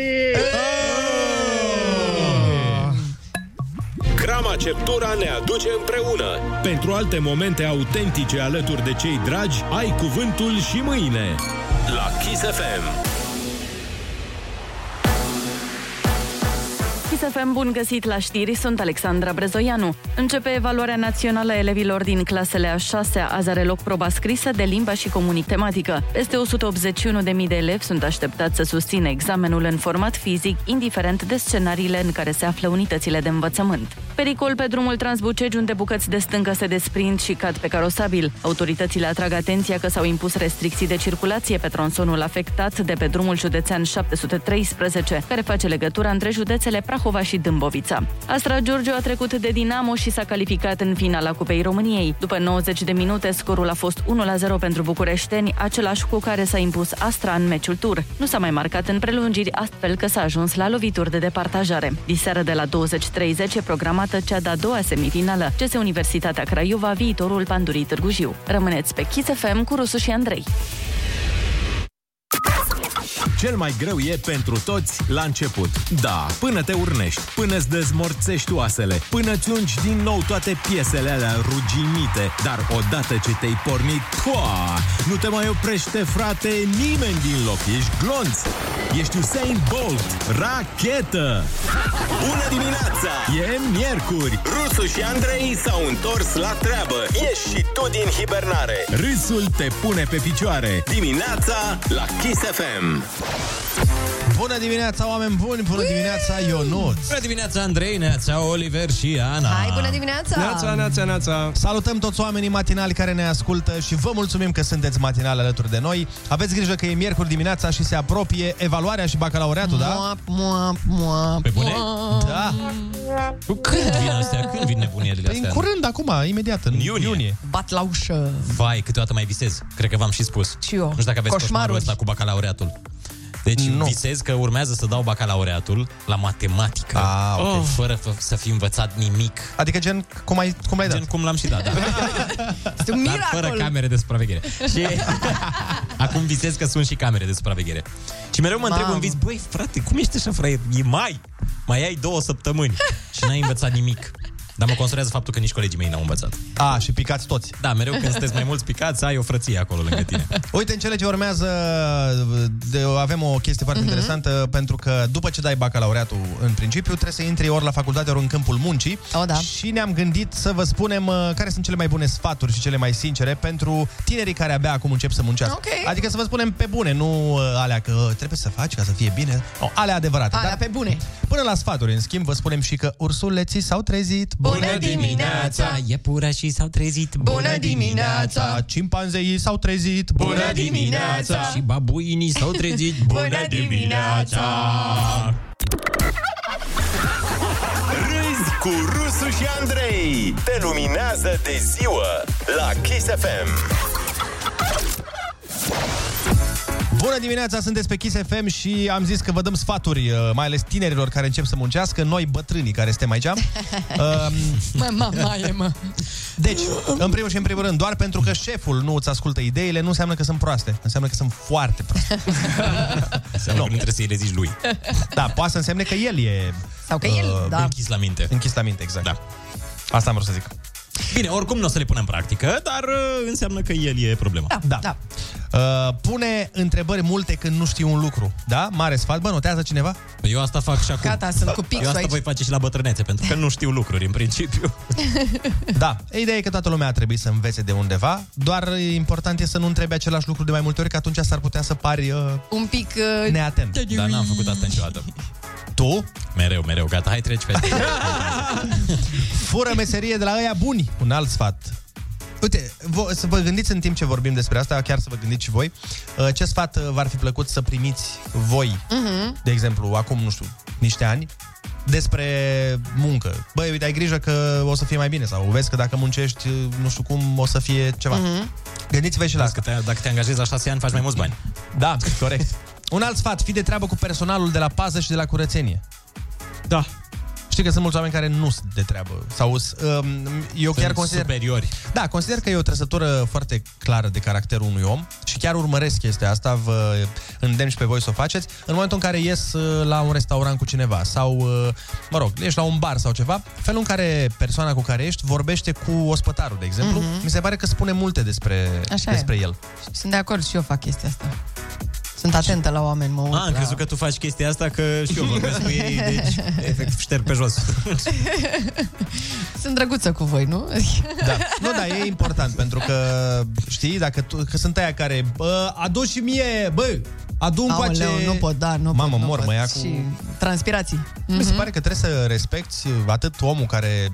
Crama Ceptura ne aduce împreună. Pentru alte momente autentice alături de cei dragi, ai cuvântul și mâine. La Kiss FM. Chisafem, bun găsit la știri, sunt Alexandra Brezoianu. Începe evaluarea națională a elevilor din clasele a 6 azi are loc proba scrisă de limba și comunic tematică. Peste 181.000 de elevi sunt așteptați să susțină examenul în format fizic, indiferent de scenariile în care se află unitățile de învățământ. Pericol pe drumul Transbucegi, unde bucăți de stâncă se desprind și cad pe carosabil. Autoritățile atrag atenția că s-au impus restricții de circulație pe tronsonul afectat de pe drumul județean 713, care face legătura între județele Prahova și Dâmbovița. Astra Giurgiu a trecut de Dinamo și s-a calificat în finala Cupei României. După 90 de minute, scorul a fost 1-0 pentru bucureșteni, același cu care s-a impus Astra în meciul tur. Nu s-a mai marcat în prelungiri, astfel că s-a ajuns la lovituri de departajare. Diseară de la 20.30 e programată cea de-a doua semifinală, CS Universitatea Craiova, viitorul Pandurii Târgu Jiu. Rămâneți pe Kiss FM cu Rusu și Andrei. Cel mai greu e pentru toți la început. Da, până te urnești, până îți dezmorțești oasele, până ți ungi din nou toate piesele alea ruginite. Dar odată ce te-ai pornit, pua, nu te mai oprește, frate, nimeni din loc. Ești glonț, ești Usain Bolt, rachetă. Bună dimineața! E miercuri. Rusu și Andrei s-au întors la treabă. Ieși și tu din hibernare. Râsul te pune pe picioare. Dimineața la Kiss FM. Bună dimineața, oameni buni! Bună dimineața, Ionut! Bună dimineața, Andrei, neața, Oliver și Ana. Hai, bună dimineața! neața, neața! Salutăm toți oamenii matinali care ne ascultă și vă mulțumim că sunteți matinali alături de noi. Aveți grijă că e miercuri dimineața și se apropie evaluarea și bacalaureatul, da? Moap, moap, moap, Pe bune? Da! Când vin astea? Când vin nebunielile În astea? curând, acum, imediat, în iunie. iunie. Bat la ușă. Vai, câteodată mai visez. Cred că v-am și spus. Și eu. Nu știu dacă aveți coșmarul Coșmaruri. ăsta cu bacalaureatul. Deci nu. visez că urmează să dau bacalaureatul la matematică, ah, ok. fără f- să fi învățat nimic. Adică gen cum, ai, cum l-ai dat? Gen cum l-am și dat, da. Este un Dar miracol. fără camere de supraveghere. Și acum visez că sunt și camere de supraveghere. Și mereu mă întreb Mamă. în vis, băi, frate, cum ești așa, fraier? E mai, mai ai două săptămâni și n-ai învățat nimic. Dar mă consolează faptul că nici colegii mei n-au învățat. A, și picați toți. Da, mereu când sunteți mai mulți picați, ai o frăție acolo lângă tine. Uite, în cele ce urmează, de, avem o chestie Mhm. foarte uh-huh. interesantă, pentru că după ce dai bacalaureatul, în principiu, trebuie să intri ori la facultate, ori în câmpul muncii. Oh, da. Și ne-am gândit să vă spunem uh, care sunt cele mai bune sfaturi și cele mai sincere pentru tinerii care abia acum încep să muncească. Ok. Adică să vă spunem pe bune, nu uh, alea că uh, trebuie să faci ca să fie bine, no, alea adevărate. Alea pe bune. Până la sfaturi, în schimb, vă spunem și că ursuleții s-au trezit. Bună dimineața! Iepurașii s-au trezit. Bună dimineața! Cimpanzeii s-au trezit. Bună dimineața! Și babuinii s-au trezit. Bună dimineața! Râzi cu Rusu și Andrei. Te luminează de ziua la Kiss FM. Bună dimineața, sunteți pe Kiss FM și am zis că vă dăm sfaturi, uh, mai ales tinerilor care încep să muncească, noi bătrânii care suntem aici. Um, Mă, mă, mai e, mă. Deci, în primul și în primul rând, doar pentru că șeful nu îți ascultă ideile, nu înseamnă că sunt proaste, înseamnă că sunt foarte proaste. Înseamnă că nu trebuie să-i le zici lui. Da, poate să însemne că el e... uh, Sau că el, da. Închis la minte. Închis la minte, exact. Da. Asta am vrut să zic. Bine, oricum nu o să le punem în practică, dar uh, înseamnă că el e problema. Da. da. Uh, pune întrebări multe când nu știi un lucru, da? Mare sfat, bă, notează cineva? Eu asta fac și acum. Gata, sunt cu pixul Eu asta aici. voi face și la bătrânețe, pentru că nu știu lucruri în principiu. Da, ideea e că toată lumea a trebuit să învețe de undeva, doar e important e să nu întrebi același lucru de mai multe ori, că atunci s-ar putea să pari uh, Un pic... Uh, neatent. Dar n-am făcut asta niciodată. Tu? Mereu, mereu, gata, hai treci peste. Fură meserie de la ăia buni. Un alt sfat. Uite, vo- să vă gândiți în timp ce vorbim despre asta, chiar să vă gândiți și voi, uh, ce sfat uh, v-ar fi plăcut să primiți voi, Mhm. de exemplu, acum, nu știu, niște ani, despre muncă. Băi, uite, ai grijă că o să fie mai bine sau vezi că dacă muncești, uh, nu știu cum, o să fie ceva. Gândiți-vă și la asta. Te, dacă te angajezi la șase ani, faci mai mulți bani. Da, corect. Un alt sfat, fii de treabă cu personalul de la pază și de la curățenie. Da. Știi că sunt mulți oameni care nu sunt de treabă. Sau, s- um, eu Sunt chiar consider... superiori. Da, consider că e o trăsătură foarte clară de caracterul unui om și chiar urmăresc chestia asta, vă îndemn și pe voi să o faceți. În momentul în care ies uh, la un restaurant cu cineva sau, uh, mă rog, ești la un bar sau ceva, felul în care persoana cu care ești vorbește cu ospătarul, de exemplu, Mhm. mi se pare că spune multe despre, Așa e. despre el. Sunt de acord și eu fac chestia asta. Sunt atentă la oameni, mă uit Ah, am la... crezut că tu faci chestia asta, că și eu vorbesc cu ei, deci efectiv șterg pe jos. Sunt drăguță cu voi, nu? Da. Nu, da, e important pentru că, știi, dacă tu, că sunt aia care, bă, adu și mie, bă, adu un Aoleu, coace. nu pot, da, nu pot, Mamă, nu mor, pot. mă ia cu... Și transpirații. Mi se Mhm. pare că trebuie să respecti atât omul care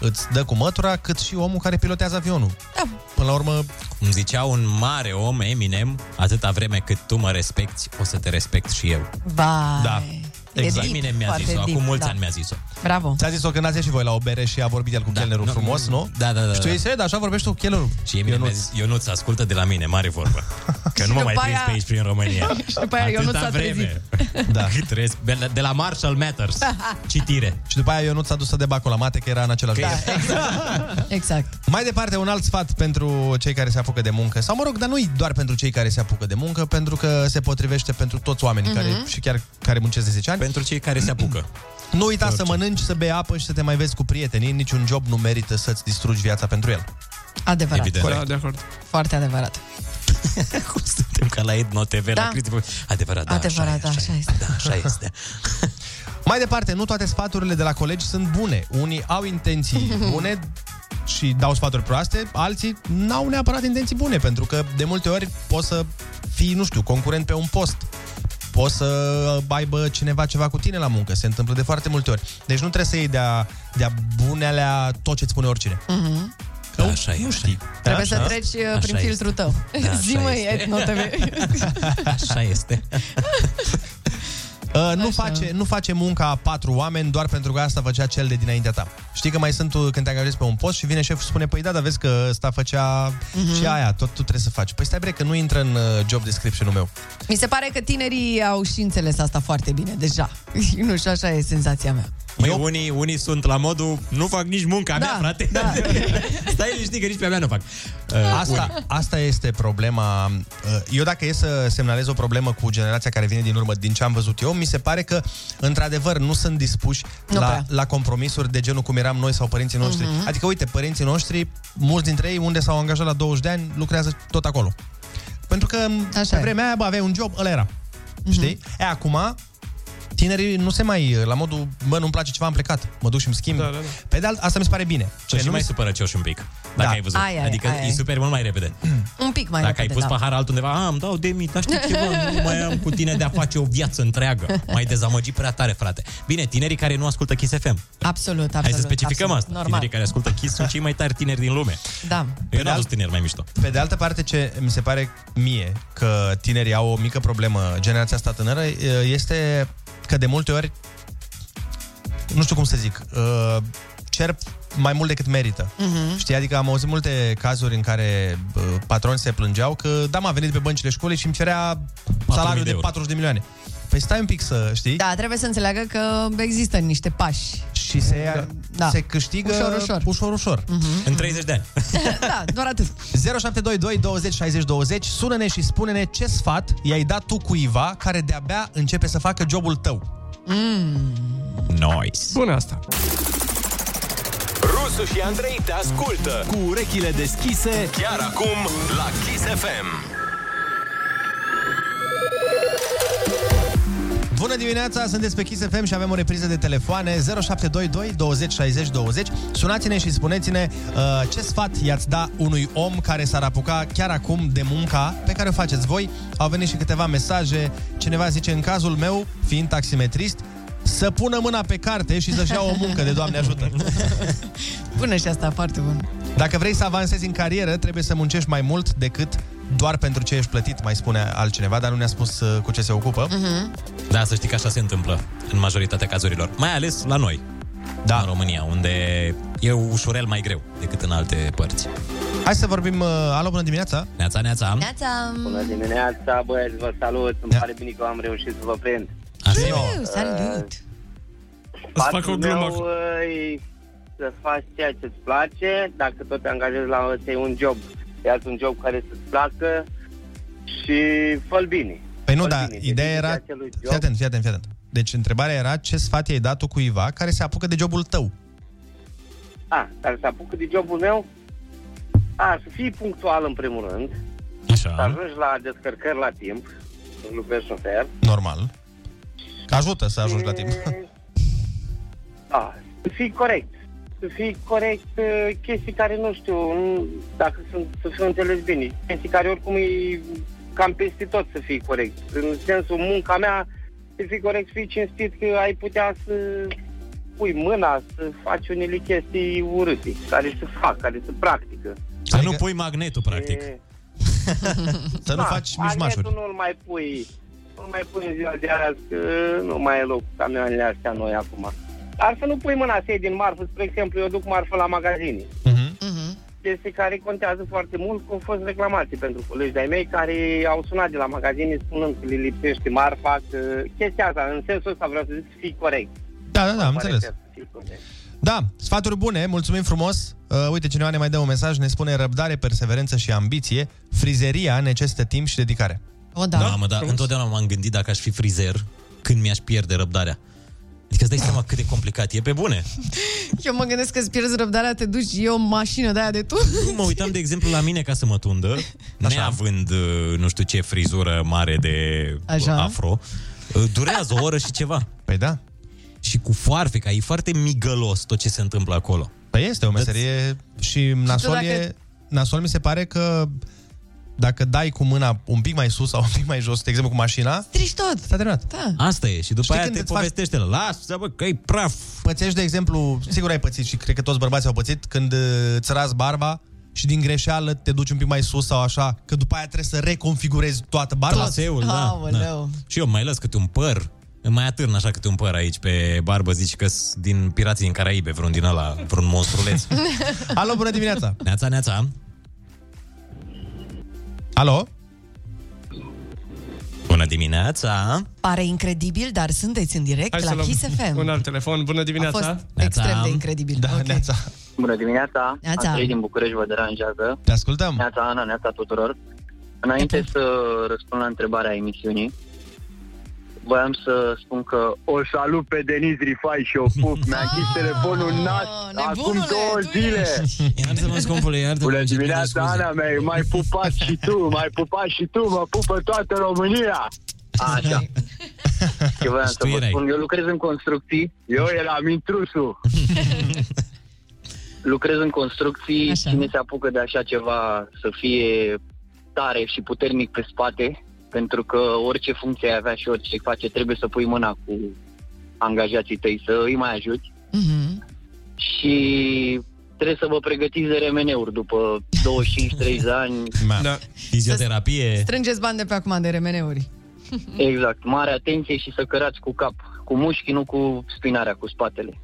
îți dă cu mătura, cât și omul care pilotează avionul. Da. Până la urmă... Cum zicea un mare om, Eminem, atâta vreme cât tu mă respecti, o să te respect și eu. Vai. Da. E Exact. deep, Eminem mi-a foarte zis-o, acum deep, mulți da. ani mi-a zis-o. Bravo. Ți-a zis-o când ați ieșit voi la o bere și a vorbit el cu da, chelnerul frumos, nu? Da, da, da. Și tu da. ești, "E, da, așa vorbești tu cu chelnerul. Și Eminem mi-a zis, Ionuț, ascultă de la mine, mare vorbă. Că nu mă după mai prins aia- pe aici prin România. Și după aia Atâta Ionuț s-a vreme. Da. Cât res- de la- de la Marshall Matters. Citire. Și după aia eu nu ți-a dus să dea bacul la mate, că era în același da. Exact. Mai departe, un alt sfat pentru cei care se apucă de muncă. Sau, mă rog, dar nu doar pentru cei care se apucă de muncă, pentru că se potrivește pentru toți oamenii Mhm. mm-hmm. care, și chiar care muncesc de 10 ani. Pentru cei care se apucă. Nu uita să mănânci, să bei apă și să te mai vezi cu prietenii. Niciun job nu merită să-ți distrugi viața pentru el. Adevărat. Da, de acord. Foarte adevărat. Suntem ca la Edno TV, Da. la Cristi. Popescu. Adevărat, da, adevărat, așa e, așa, este. da, așa este. Mai departe, nu toate sfaturile de la colegi sunt bune. Unii au intenții bune și dau sfaturi proaste, alții n-au neapărat intenții bune, pentru că de multe ori poți să fii, nu știu, concurent pe un post poți să aibă cineva ceva cu tine la muncă. Se întâmplă de foarte multe ori. Deci nu trebuie să iei de-a, de-a bune alea tot ce-ți spune oricine. Mhm. Că așa nu știi. Trebuie să treci uh, prin filtrul tău. Da, așa Zi, măi, este. Etno TV. Așa este. Uh, nu, face, nu face munca a patru oameni doar pentru că asta făcea cel de dinaintea ta. Știi că mai sunt uh, când te angajezi pe un post și vine șeful și spune, păi da, dar vezi că ăsta făcea Mhm. uh-huh. și aia, tot tu trebuie să faci. Păi stai bre că nu intră în uh, job description-ul meu. Mi se pare că tinerii au și înțeles asta foarte bine, deja. Nu știu, așa e senzația mea. Măi, Păi unii, unii sunt la modul Nu fac nici munca da, mea, frate da. Stai liniștit că nici pe a mea nu fac Uh, asta, asta este problema. Uh, Eu dacă e să semnalez o problemă cu generația care vine din urmă, din ce am văzut eu, mi se pare că, într-adevăr, nu sunt dispuși Nu la, prea. la compromisuri de genul cum eram noi sau părinții noștri. Mhm. Uh-huh. Adică, uite, părinții noștri, mulți dintre ei, unde s-au angajat la 20 de ani, lucrează tot acolo. Pentru că, Așa pe vremea aia, bă, aveai un job, ăla era. Mhm. Uh-huh. Știi? E, acum, tinerii nu se mai, la modul, bă, nu-mi place ceva, am plecat, mă duc și îmi schimb. Da, da, da. Pe de alt, asta mi se pare bine. Deci Ce și nu mai mi se- supărăcioși un pic Dacă Da. ai văzut Ai, ai, Adică ai, ai. îi superi mult mai repede Un pic mai Dacă ai repede, pus da. paharul altundeva A, îmi dau de mii, dar știi ceva Nu mai am cu tine de a face o viață întreagă Mai dezamăgit prea tare, frate Bine, tinerii care nu ascultă Kiss FM Absolut, absolut. Hai să specificăm absolut. asta Normal. Tinerii care ascultă Kiss sunt cei mai tari tineri din lume Da. Eu n-am văzut tineri mai mișto Pe de altă parte, ce mi se pare mie că tinerii au o mică problemă, generația asta tânără, este că de multe ori, nu știu cum să zic, uh, cer mai mult decât merită. Mhm. Știi, adică am auzit multe cazuri în care uh, patroni se plângeau că, da, m-a venit de pe băncile școlii și îmi cerea salariul de de, euro. 40 de milioane. Păi stai un pic să știi. Da, trebuie să înțeleagă că există niște pași. Și se, Da. da. se câștigă Ușor, ușor. ușor, ușor. Mhm. În 30 de ani. da, doar atât. 0722 20 60 20 Sună-ne și spune-ne ce sfat i-ai dat tu cuiva care de-abia începe să facă jobul tău. Mm. Nice. Bună asta. Rusu și Andrei te ascultă cu urechile deschise chiar acum la Kiss FM. Bună dimineața, sunteți pe Kiss FM și avem o repriză de telefoane 0722 20 60 20 Sunați-ne și spuneți-ne uh, ce sfat i-ați da unui om care s-ar apuca chiar acum de munca pe care o faceți voi. Au venit și câteva mesaje. Cineva zice, în cazul meu, fiind taximetrist, să pună mâna pe carte și să-și ia o muncă de Doamne ajută. Bună și asta, foarte bun. Dacă vrei să avansezi în carieră, trebuie să muncești mai mult decât doar pentru ce ești plătit, mai spune altcineva, dar nu ne-a spus uh, cu ce se ocupă. Da, să știi că așa se întâmplă în majoritatea cazurilor. Mai ales la noi. Da. În România, unde e ușurel mai greu decât în alte părți. Hai să vorbim... uh, Alo, bună dimineața! Neața, neața. Neața! Bună dimineața, băieți, vă salut! Da. Îmi pare bine că am reușit să vă prind. Eu, salut! Îți fac o glumă acum. să faci ceea ce îți place, dacă tot te angajezi la să un job, ia un job care să-ți placă și fă bine. Păi nu, Fă-l dar bine, te ideea dedici era... acelui job. Fii atent, fii atent, fii atent. Deci întrebarea era ce sfat i-ai dat tu cuiva care se apucă de jobul tău. A, dar să apucă de jobul meu? A, să fii punctual în primul rând. Așa. Da. Să ajungi la descărcări la timp, să nu vezi șofer. Normal. Că ajută să ajungi la timp. A, să fii corect. Să fii corect uh, chestii care, nu știu, nu- dacă sunt, să fiu înțeles bine, chestii care oricum e cam peste tot să fii corect. În sensul, munca mea, să fii corect, să fii cinstit că ai putea să pui mâna, să faci unele chestii urâte, care se fac, care se practică. Să nu pui magnetul, practic. Adică- Să nu faci mișmașuri. Magnetul nu-l mai pui, nu mai pui în ziua de azi, că nu mai e loc cu camioanele astea noi acum. Dar să nu pui mâna să iei din marfă, spre exemplu, eu duc marfă la magazine. Mhm. Chestii care contează foarte mult, cum au fost reclamații pentru colegi de-ai mei care au sunat de la magazine spunând că le lipsește marfa, că chestia asta, în sensul ăsta vreau să zic să fii corect. Da, da, da, am Mă înțeles. refer, să fii corect. Da, sfaturi bune, mulțumim frumos. Uh, uite, cineva ne mai dă un mesaj, ne spune răbdare, perseverență și ambiție. Frizeria necesită timp și dedicare. O, da. da, mă, da. Întotdeauna m-am gândit dacă aș fi frizer, când mi-aș pierde răbdarea. Adică îți dai seama cât de complicat e pe bune. Eu mă gândesc că îți pierzi răbdarea, te duci, eu mașină de aia de tu. Nu mă uitam, de exemplu, la mine ca să mă tundă, Așa. neavând uh, nu știu ce frizură mare de Așa. Așa. afro, uh, durează o oră și ceva. Păi da. Și cu foarfeca, e foarte migălos tot ce se întâmplă acolo. Păi este o meserie și nasol, dacă- e, nasol mi se pare că dacă dai cu mâna un pic mai sus sau un pic mai jos, de exemplu cu mașina, Triști tot. S-a terminat. Da. Asta e. Și după Știi aia când te îți faci- povestește la lasă, bă, că e praf. Pățești, de exemplu, sigur ai pățit și cred că toți bărbații au pățit când uh, îți razi barba și din greșeală te duci un pic mai sus sau așa, că după aia trebuie să reconfigurezi toată barba. Traseul, da, da. Și eu mai las câte un păr îmi mai atârn așa câte un păr aici pe barbă, zici că din Pirații din Caraibe, vreun din ăla, vreun monstruleț. Da. Alo, bună dimineața! Neața, neața! Alo? Bună dimineața! Pare incredibil, dar sunteți în direct la Kiss FM. un alt telefon. Bună dimineața! A fost extrem de incredibil. Da, okay. Bună dimineața! Neața. Andrei din București vă deranjează. Te ascultăm! Neața Ana, neața tuturor. Înainte să răspund la întrebarea emisiunii, voiam să spun că o salut pe Denis Rifai și o pup. Ah, Mi-a închis telefonul în nas acum două zile. Iartă-mă, scumpule, iartă-mă. Bună dimineața, Ana mea, mai pupat și tu, mai pupat și tu, mă pupă toată România. Așa. Ce voiam să vă spun, eu lucrez în construcții, eu eram intrusul. lucrez în construcții, așa. cine se apucă de așa ceva să fie tare și puternic pe spate, pentru că orice funcție ai avea și orice face, trebuie să pui mâna cu angajații tăi, să îi mai ajuți. Și trebuie să vă pregătiți de RMN-uri după 25-30 de ani. Da. Fizioterapie. Strângeți bani de pe acum de RMN-uri. Exact, mare atenție și să cărați cu cap, cu mușchi, nu cu spinarea, cu spatele.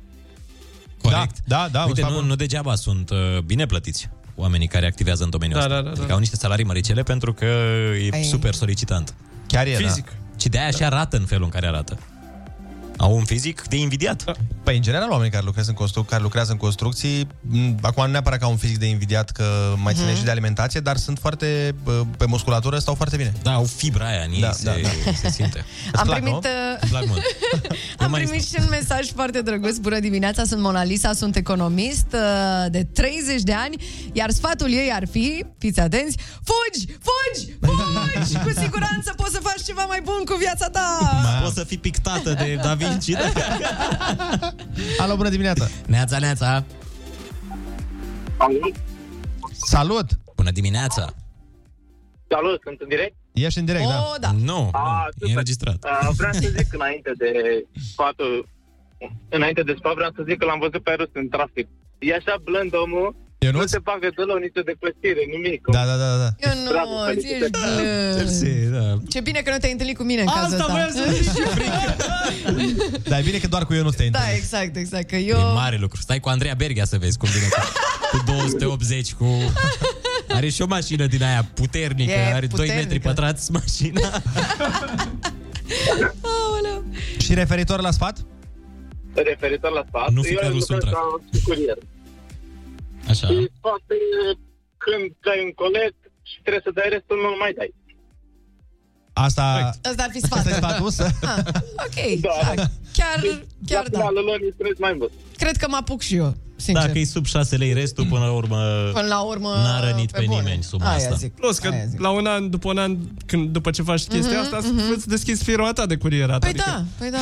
Corect. Da, da, Uite, nu, nu degeaba sunt uh, bine plătiți oamenii care activează în domeniul Da, ăsta. da, da, adică da. au niște salarii măricele pentru că e Ai. super solicitant. Chiar e, da. Fizic. Și de-aia și arată în felul în care arată. Au un fizic de invidiat. Păi, în general, oamenii care lucrează în, construc- care lucrează în construcții, m, acum nu neapărat că au un fizic de invidiat, că mai ține Mhm. și de alimentație, dar sunt foarte, bă, pe musculatură, stau foarte bine. Da, au fibra aia în ei, da, se- da, da. se simte. Am primit, uh, Plac mult. am primit și un mesaj foarte drăguț. Bună dimineața, sunt Mona Lisa, sunt economist uh, de 30 de ani, iar sfatul ei ar fi, fiți atenți, fugi, fugi, fugi! Cu siguranță poți să faci ceva mai bun cu viața ta! Poți să fii pictată de Da Vinci. Alo, bună dimineața! Neața, neața! Salut! Bună dimineața! Salut, sunt în direct. Ești în direct, da. da. Nu, A, nu, e înregistrat. Uh, vreau să zic înainte de sfatul, înainte de sfat, vreau să zic că l-am văzut pe Rus în trafic. E așa blând omul, nu se bagă deloc nicio declășire, nimic. Da, da, da, da. Eu nu, ți ești blând. da. Ce bine că nu te-ai întâlnit cu mine în Asta cazul ăsta. voiam să zic și Dar e bine că doar cu eu nu te Da, exact, exact, că E eu... Da. mare lucru. Stai cu Andreea Berghia să vezi cum vine cu, cu 280, cu... Are și o mașină din aia puternică, E are 2 puternică. metri pătrați mașina. Aoleu. Și referitor la sfat? Referitor la sfat, Nu nu fi eu pe Rus în lucrez ca curier. Așa. Și sfatul e când dai un colet și trebuie să dai restul, nu mai dai. Asta... Ăsta ar fi sfatul. Asta e sfatul? Ah, ok, da. chiar, Deci, chiar da. mai mult. Cred că mă apuc și eu, sincer. Dacă e sub 6 lei restul, până la urmă... Până la urmă, N-a rănit pe, pe bune. nimeni sub Aia asta. zic. Plus că la un an, după un an, când, după ce faci chestia Mhm, asta, mhm. îți deschizi firoa ta de curierat. Păi adică... da, păi da.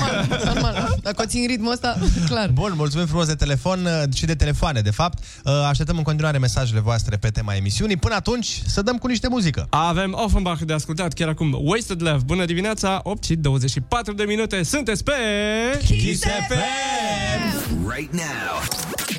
Normal, normal. Dacă o țin ritmul ăsta, clar. Bun, mulțumim frumos de telefon uh, și de telefoane, de fapt. Uh, Așteptăm în continuare mesajele voastre pe tema emisiunii. Până atunci, să dăm cu niște muzică. da. Avem Offenbach de ascultat chiar acum. Wasted Love, bună dimineața, 8 și 24 de minute. Sunteți pe... Kiss FM! Right now!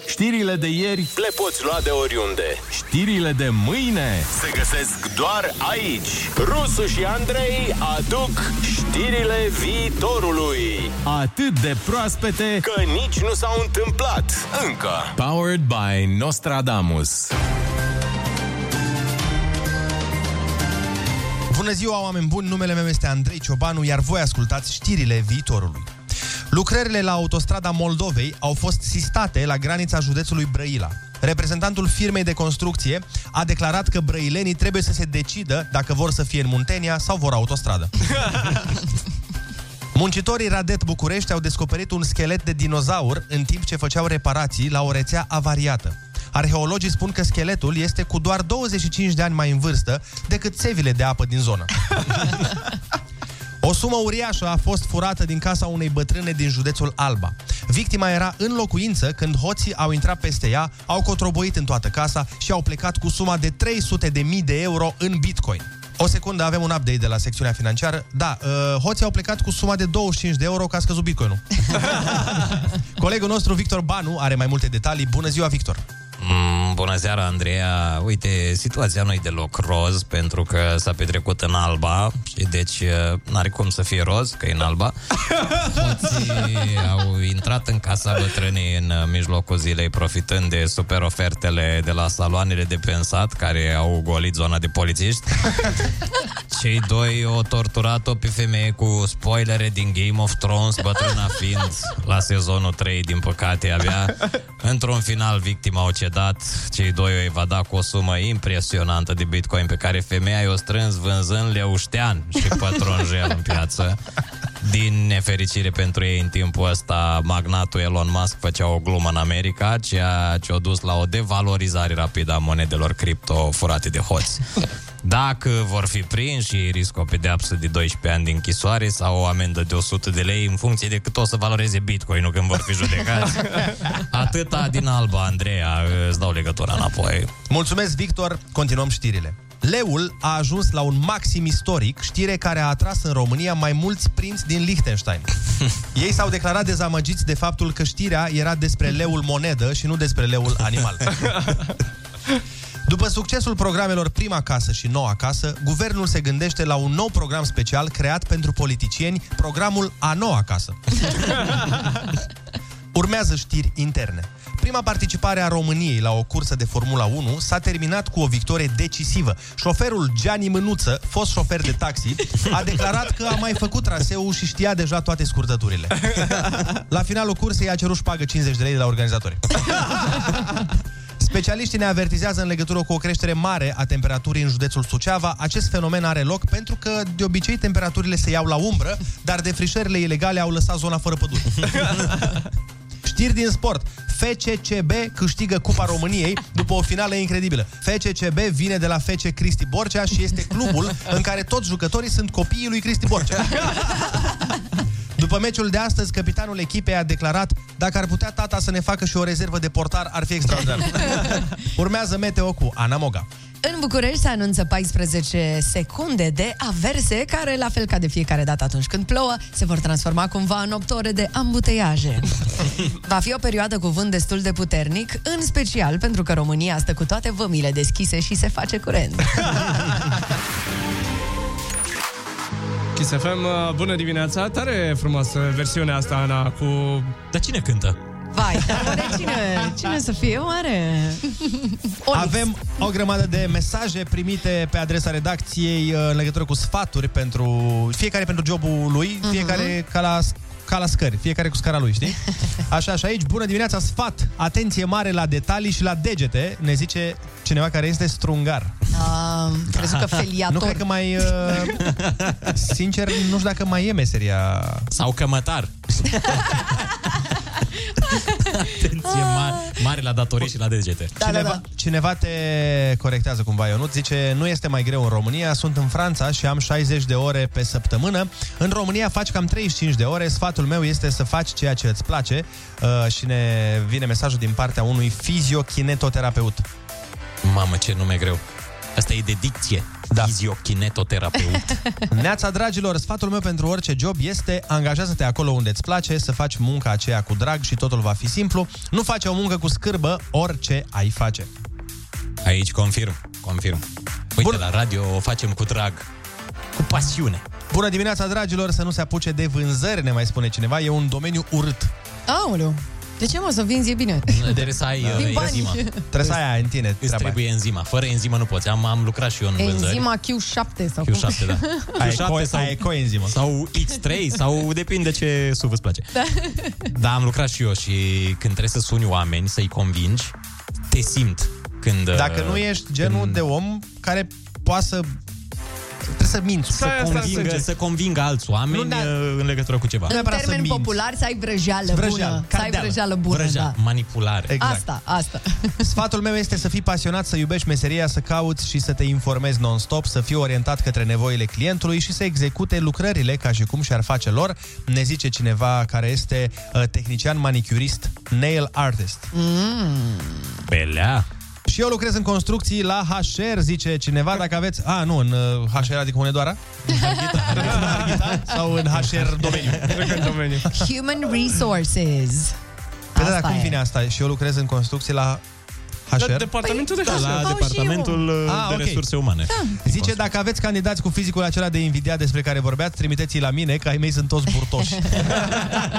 Știrile de ieri Le poți lua de oriunde. Știrile de mâine se găsesc doar aici. Rusu și Andrei aduc știrile viitorului. atât de proaspete Că nici nu s-au întâmplat încă. Powered by Nostradamus. Bună ziua, oameni buni! Numele meu este Andrei Ciobanu, iar voi ascultați știrile viitorului. Lucrările la autostrada Moldovei au fost sistate la granița județului Brăila. Reprezentantul firmei de construcție a declarat că brăilenii trebuie să se decidă dacă vor să fie în Muntenia sau vor autostradă. Muncitorii Radet București au descoperit un schelet de dinozaur în timp ce făceau reparații la o rețea avariată. Arheologii spun că scheletul este cu doar 25 de ani mai în vârstă decât țevile de apă din zonă. O sumă uriașă a fost furată din casa unei bătrâne din județul Alba. Victima era în locuință când hoții au intrat peste ea, au cotroboit în toată casa și au plecat cu suma de 300.000 de euro în bitcoin. O secundă, avem un update de la secțiunea financiară. Da, uh, hoții au plecat cu suma de 25 de euro că a scăzut bitcoinul. Colegul nostru, Victor Banu, are mai multe detalii. Bună ziua, Victor! Mm, bună seara, Andreea. Uite, situația nu e deloc roz, pentru că s-a petrecut în Alba și deci eh, n-are cum să fie roz, că e în Alba. Hoții au intrat în casa bătrânii în eh, mijlocul zilei, profitând de super ofertele de la saloanele de pensat, care au golit zona de polițiști. Cei doi au torturat-o pe femeie cu spoilere din Game of Thrones, bătrâna fiind la sezonul 3, din păcate, abia. Într-un final, victima au cedat, cei doi o evada cu o sumă impresionantă de bitcoin pe care femeia i-o strâns vânzând leuștean și pătrunjel în piață. Din nefericire pentru ei, în timpul ăsta, magnatul Elon Musk făcea o glumă în America, ceea ce a dus la o devalorizare rapidă a monedelor cripto furate de hoți. Dacă vor fi prinși, ei riscă o pedeapsă de 12 ani de închisoare sau o amendă de 100 de lei în funcție de cât o să valoreze bitcoinul când vor fi judecați. Atâta din alba, Andreea, îți dau legătura înapoi. Mulțumesc, Victor. Continuăm știrile. Leul a ajuns la un maxim istoric, știre care a atras în România mai mulți prinți din Liechtenstein. Ei s-au declarat dezamăgiți de faptul că știrea era despre leul monedă și nu despre leul animal. După succesul programelor Prima Casă și Noua Casă, guvernul se gândește la un nou program special creat pentru politicieni, programul A Noua Casă. Urmează știri interne. Prima participare a României la o cursă de Formula 1 s-a terminat cu o victorie decisivă. Șoferul Gianni Mânuță, fost șofer de taxi, a declarat că a mai făcut traseul și știa deja toate scurtăturile. La finalul cursei a cerut șpagă 50 de lei de la organizatori. Specialiștii ne avertizează în legătură cu o creștere mare a temperaturii în județul Suceava. Acest fenomen are loc pentru că, de obicei, temperaturile se iau la umbră, dar defrișările ilegale au lăsat zona fără pădure. Știri din sport. FCCB câștigă Cupa României după o finală incredibilă. FCCB vine de la FC Cristi Borcea și este clubul în care toți jucătorii sunt copiii lui Cristi Borcea. După meciul de astăzi, capitanul echipei a declarat dacă ar putea tata să ne facă și o rezervă de portar, ar fi extraordinar. Urmează meteo cu Ana Moga. În București se anunță 14 secunde de averse, care, la fel ca de fiecare dată atunci când plouă, se vor transforma cumva în 8 ore de ambuteiaje. Va fi o perioadă cu vânt destul de puternic, în special pentru că România stă cu toate vămile deschise și se face curent. Kiss FM, uh, bună dimineața. Tare frumoasă versiunea asta, Ana, cu... Dar cine cântă? Vai, dar oare cine, cine să fie oare? Avem o grămadă de mesaje primite pe adresa redacției uh, în legătură cu sfaturi pentru fiecare pentru jobul lui, Mhm. fiecare ca la ca la scări, fiecare cu scara lui, știi? Așa, și aici, bună dimineața, sfat! Atenție mare la detalii și la degete, ne zice cineva care este strungar. Uh, crezut că feliator. Nu cred că mai... Uh, sincer, nu știu dacă mai e meseria... Sau cămătar. Atenție Ah. mare, mare la datorii și la degete. cineva, cineva te corectează cumva, Ionut, zice Nu este mai greu în România, sunt în Franța și am 60 de ore pe săptămână În România faci cam 35 de ore Sfatul meu este să faci ceea ce îți place uh, Și ne vine mesajul din partea unui fiziokinetoterapeut Mamă, ce nume greu. Asta e de dicție. Da. Fiziokinetoterapeut. Neața, dragilor, sfatul meu pentru orice job este angajează-te acolo unde îți place, să faci munca aceea cu drag și totul va fi simplu. Nu face o muncă cu scârbă, orice ai face. Aici confirm, confirm. Uite, Bun. la radio o facem cu drag, cu pasiune. Bună dimineața, dragilor, să nu se apuce de vânzări, ne mai spune cineva, e un domeniu urât. Aoleu, de ce mă, să vinzi e bine. Trebuie să ai Din uh, bani. enzima. Da. Trebuie să ai în tine. Îți trebuie enzima. Fără enzima nu poți. Am, am lucrat și eu în vânzări. Enzima Q7 sau cum? Q7, da. Ai co- ai coenzimă. Sau X3, sau depinde ce SUV îți place. Da. Da, am lucrat și eu și când trebuie să suni oameni, să-i convingi, te simt când... uh, Dacă nu ești genul de om care poate să... Trebuie să minți, să convingă, să convingă alți oameni Nu, da. uh, în legătură cu ceva. În termeni populari, să ai vrăjeală bună. Să ai vrăjeală bună, Vrăjeală, da. manipulare. exact. Asta, asta. Sfatul meu este să fii pasionat, să iubești meseria, să cauți și să te informezi non-stop, să fii orientat către nevoile clientului și să execute lucrările ca și cum și-ar face lor, ne zice cineva care este uh, tehnician manicurist, nail artist. Mm. Ah. Pelea. Și eu lucrez în construcții la HR, zice cineva, dacă aveți... A, nu, în uh, HR, adică Hunedoara? În Harghita? Sau în HR domeniu? în domeniu. Human resources. Păi da, dar Asta cum e. vine asta? Și eu lucrez în construcții la Păi, HR? La departamentul de da, HR. La departamentul uh, de Ah, ok. resurse umane. Da. Zice, dacă aveți candidați cu fizicul acela de invidiat despre care vorbeați, trimiteți-i la mine, că ai mei sunt toți burtoși.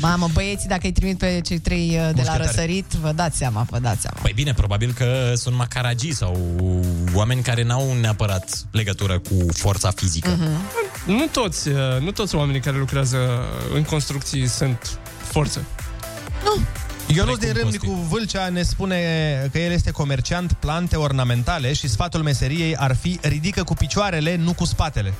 Mamă, băieții, dacă îi trimit pe cei trei uh, de la Mușchetari. răsărit, vă dați seama, vă dați seama. Păi bine, probabil că sunt macaragii sau oameni care n-au neapărat legătură cu forța fizică. Mhm. Mm-hmm. Nu toți, uh, nu toți oamenii care lucrează în construcții sunt forță. Păi Ionuț din Râmnicu Vâlcea ne spune că el este comerciant plante ornamentale și sfatul meseriei ar fi ridică cu picioarele, nu cu spatele.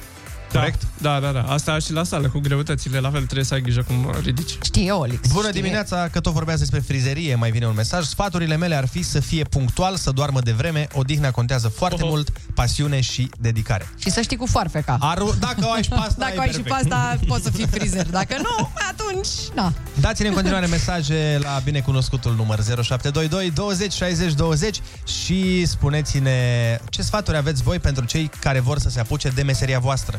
Corect? Da, da, da. Asta și la sală, cu greutățile, la fel trebuie să ai grijă cum ridici. Știe Olix. Bună dimineața, că tot vorbeați despre frizerie, mai vine un mesaj. Sfaturile mele ar fi să fie punctual, să doarmă devreme, odihna contează foarte mult, pasiune și dedicare. Și să știi cu foarfeca. Aru- dacă o ai și pasta, Dacă e o ai și perfect. pasta, poți să fii frizer. Dacă nu, atunci, na. Dați-ne în continuare mesaje la binecunoscutul număr 0722 20 60 20 și spuneți-ne ce sfaturi aveți voi pentru cei care vor să se apuce de meseria voastră.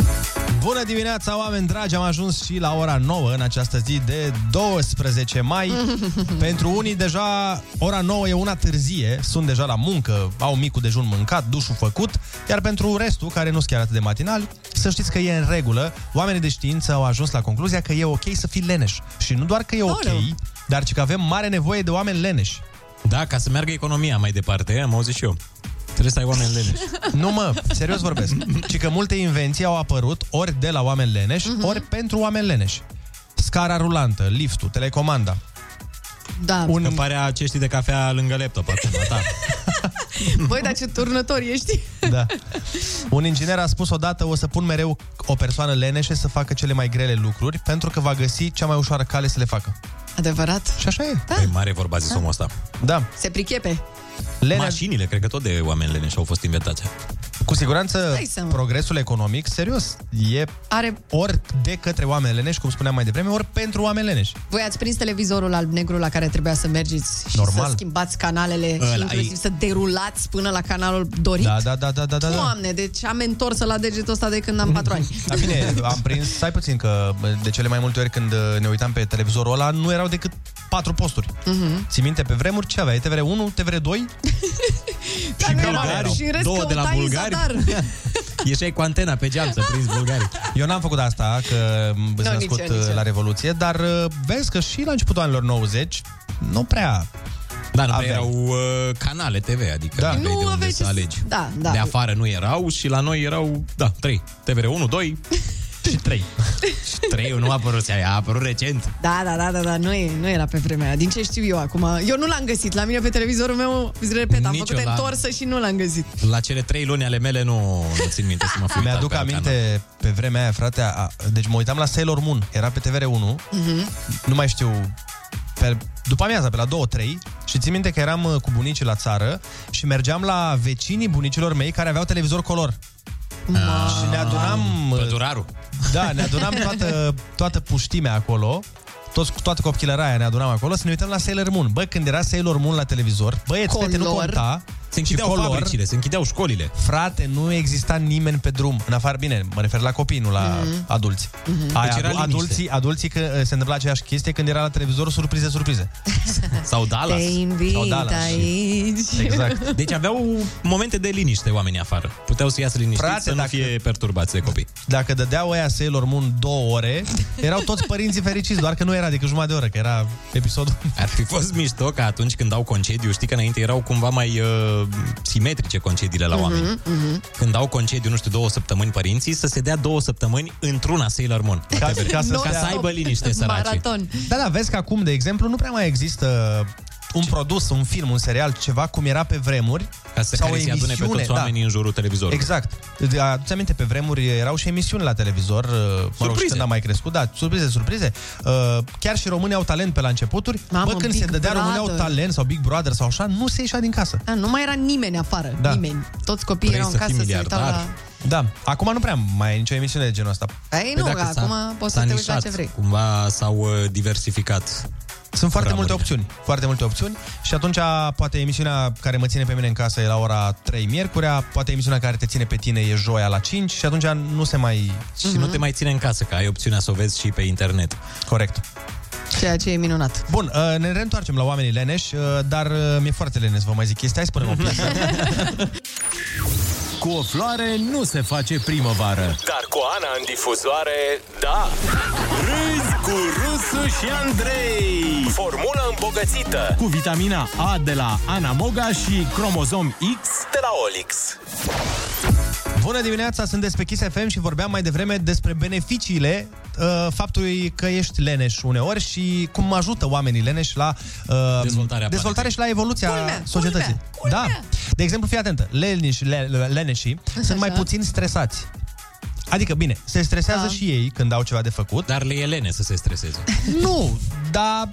Bună dimineața, oameni dragi! Am ajuns și la ora 9 în această zi de 12 mai. Pentru unii deja ora 9 e una târzie, sunt deja la muncă, au micul dejun mâncat, dușul făcut, iar pentru restul, care nu sunt chiar atât de matinal, să știți că e în regulă. Oamenii de știință au ajuns la concluzia că e ok să fii leneș. Și nu doar că e ok, dar ci că avem mare nevoie de oameni leneși. Da, ca să meargă economia mai departe, am auzit și eu. Trebuie să ai oameni leneși. Nu mă, serios vorbesc. Ci că multe invenții au apărut ori de la oameni leneși, Mhm. uh-huh. ori pentru oameni leneși. Scara rulantă, liftul, telecomanda. Da. Un... Îmi pare acești de cafea lângă laptop acum, da. Băi, dar ce turnător ești. Da. Un inginer a spus odată, o să pun mereu o persoană leneșe să facă cele mai grele lucruri, pentru că va găsi cea mai ușoară cale să le facă. Adevărat. Și așa e. Da. Păi mare vorba zis omul ăsta. Da. Se prichepe. Lene... Mașinile, cred că tot de oameni leneși au fost inventate. Cu siguranță, Hai să mă- progresul economic, serios, e Are... ori de către oameni leneși, cum spuneam mai devreme, ori pentru oameni leneși. Voi ați prins televizorul alb-negru la care trebuia să mergeți și Normal. să schimbați canalele Ăla și inclusiv e- să derulați până la canalul dorit? Da, da, da, da, da, da. da. Doamne, deci am întors la degetul ăsta de când am patru ani. Dar bine, am prins, stai puțin, că de cele mai multe ori când ne uitam pe televizorul ăla, nu erau decât patru posturi. Mhm. Ți minte pe vremuri ce aveai? TVR1, TVR2? Dar nu bulgari era. erau. Și în rest Două de la căutai în bulgari. zadar. Ieșeai cu antena pe geam să prinzi bulgari. Eu n-am făcut asta, că m- Nu, sunt născut nici eu, nici eu. la Revoluție, dar uh, vezi că și la începutul anilor 90 nu prea Da, nu aveai. prea erau uh, canale TV, adică Da. da. Nu de unde aveai să ce să- alegi. Da, da. De afară nu erau și la noi erau, da, trei. TVR 1, 2 și 3. și 3 nu a apărut, a apărut recent. Da, da, da, da, da, nu, e, nu era pe vremea aia. Din ce știu eu acum, eu nu l-am găsit. La mine pe televizorul meu, îți repet, am făcut Niciodată. întorsă și nu l-am găsit. La cele trei luni ale mele nu, nu țin minte să mă fiu uitat Mi-aduc pe alt aminte pe vremea aia, frate, a, deci mă uitam la Sailor Moon, era pe TVR1, Mhm. nu mai știu, pe, după amiaza, pe la 2-3, și țin minte că eram uh, cu bunicii la țară și mergeam la vecinii bunicilor mei care aveau televizor color. Ah. Și ne adunam... uh, Pădurarul. Da, ne adunam toată, toată puștimea acolo, toți, toată copchilăra aia ne adunam acolo să ne uităm la Sailor Moon. Bă, când era Sailor Moon la televizor, băieți, fete, nu Color. conta, Se închideau fabricile, se închideau școlile. Frate, nu exista nimeni pe drum. În afară, bine, mă refer la copii, nu la mm-hmm. adulți. Mm-hmm. Mhm. Aia, Deci era adu- liniște. adulții, adulții că eh, se întâmpla aceeași chestie când era la televizor surprize, surprize. Sau Te invit aici. Exact. Deci aveau momente de liniște oamenii afară. Puteau să iasă liniștiți, Frate, să nu fie perturbați de copii. Dacă dădeau ăia Sailor Moon două ore, erau toți părinții fericiți, doar că nu era decât jumătate de oră, că era episodul. Ar fi fost mișto că atunci când au concediu, știi că înainte erau cumva mai uh, simetrice concediile la oameni. Mhm, mhm. Când au concediu, nu știu, două săptămăni părinții, să se dea două săptămâni într-una Sailor Moon. Ca, ca, ca, să, ca să aibă liniște săracii. Da, da, vezi că acum, de exemplu, nu prea mai există un produs, un film, un serial, ceva cum era pe vremuri. Ca să sau care o să-i adune pe emisiune, da. toți oamenii în jurul televizorului. Exact. De- Aduți aminte, pe vremuri erau și emisiuni la televizor, surprize. mă rog, și când am mai crescut, da, surprize, surprize. Uh, Chiar și românii au talent pe la începuturi. Mamă, Bă, când Big se dădea Brother. românii au talent sau Big Brother sau așa, nu se ieșea din casă. Da, nu mai era nimeni afară, Da. nimeni. Toți copiii erau în casă să se uitau la... Da, acum nu prea mai e nicio emisiune de genul ăsta. Ei, nu, că acum poți să te uiți la ce vrei. Cumva s-au uh, diversificat. Sunt foarte multe opțiuni, foarte multe opțiuni și atunci poate emisiunea care mă ține pe mine în casă e la ora 3 miercurea, poate emisiunea care te ține pe tine e joia la 5 și atunci nu se mai... Mhm. Și nu te mai ține în casă, că ai opțiunea să o vezi și pe internet. Corect. Ceea ce e minunat. Bun, uh, ne reîntoarcem la oamenii leneși, uh, dar uh, mi-e foarte leneș, vă mai zic chestia, hai să punem o piesă. Cu o floare nu se face primăvară. Dar cu Ana în difuzoare, da! Râzi cu Rusu și Andrei! Formulă îmbogățită Cu vitamina A de la Ana Moga și cromozom X de la Olix. Bună dimineața, sunt despre Kiss FM și vorbeam mai devreme despre beneficiile uh, faptului că ești leneș uneori și cum ajută oamenii leneși la uh, dezvoltarea dezvoltare și la evoluția societății. Da. De exemplu, fii atentă, leneși, le, le- leneșii sunt mai puțin stresați. Adică, bine, se stresează și ei când au ceva de făcut. Dar le e lene să se streseze. Nu, dar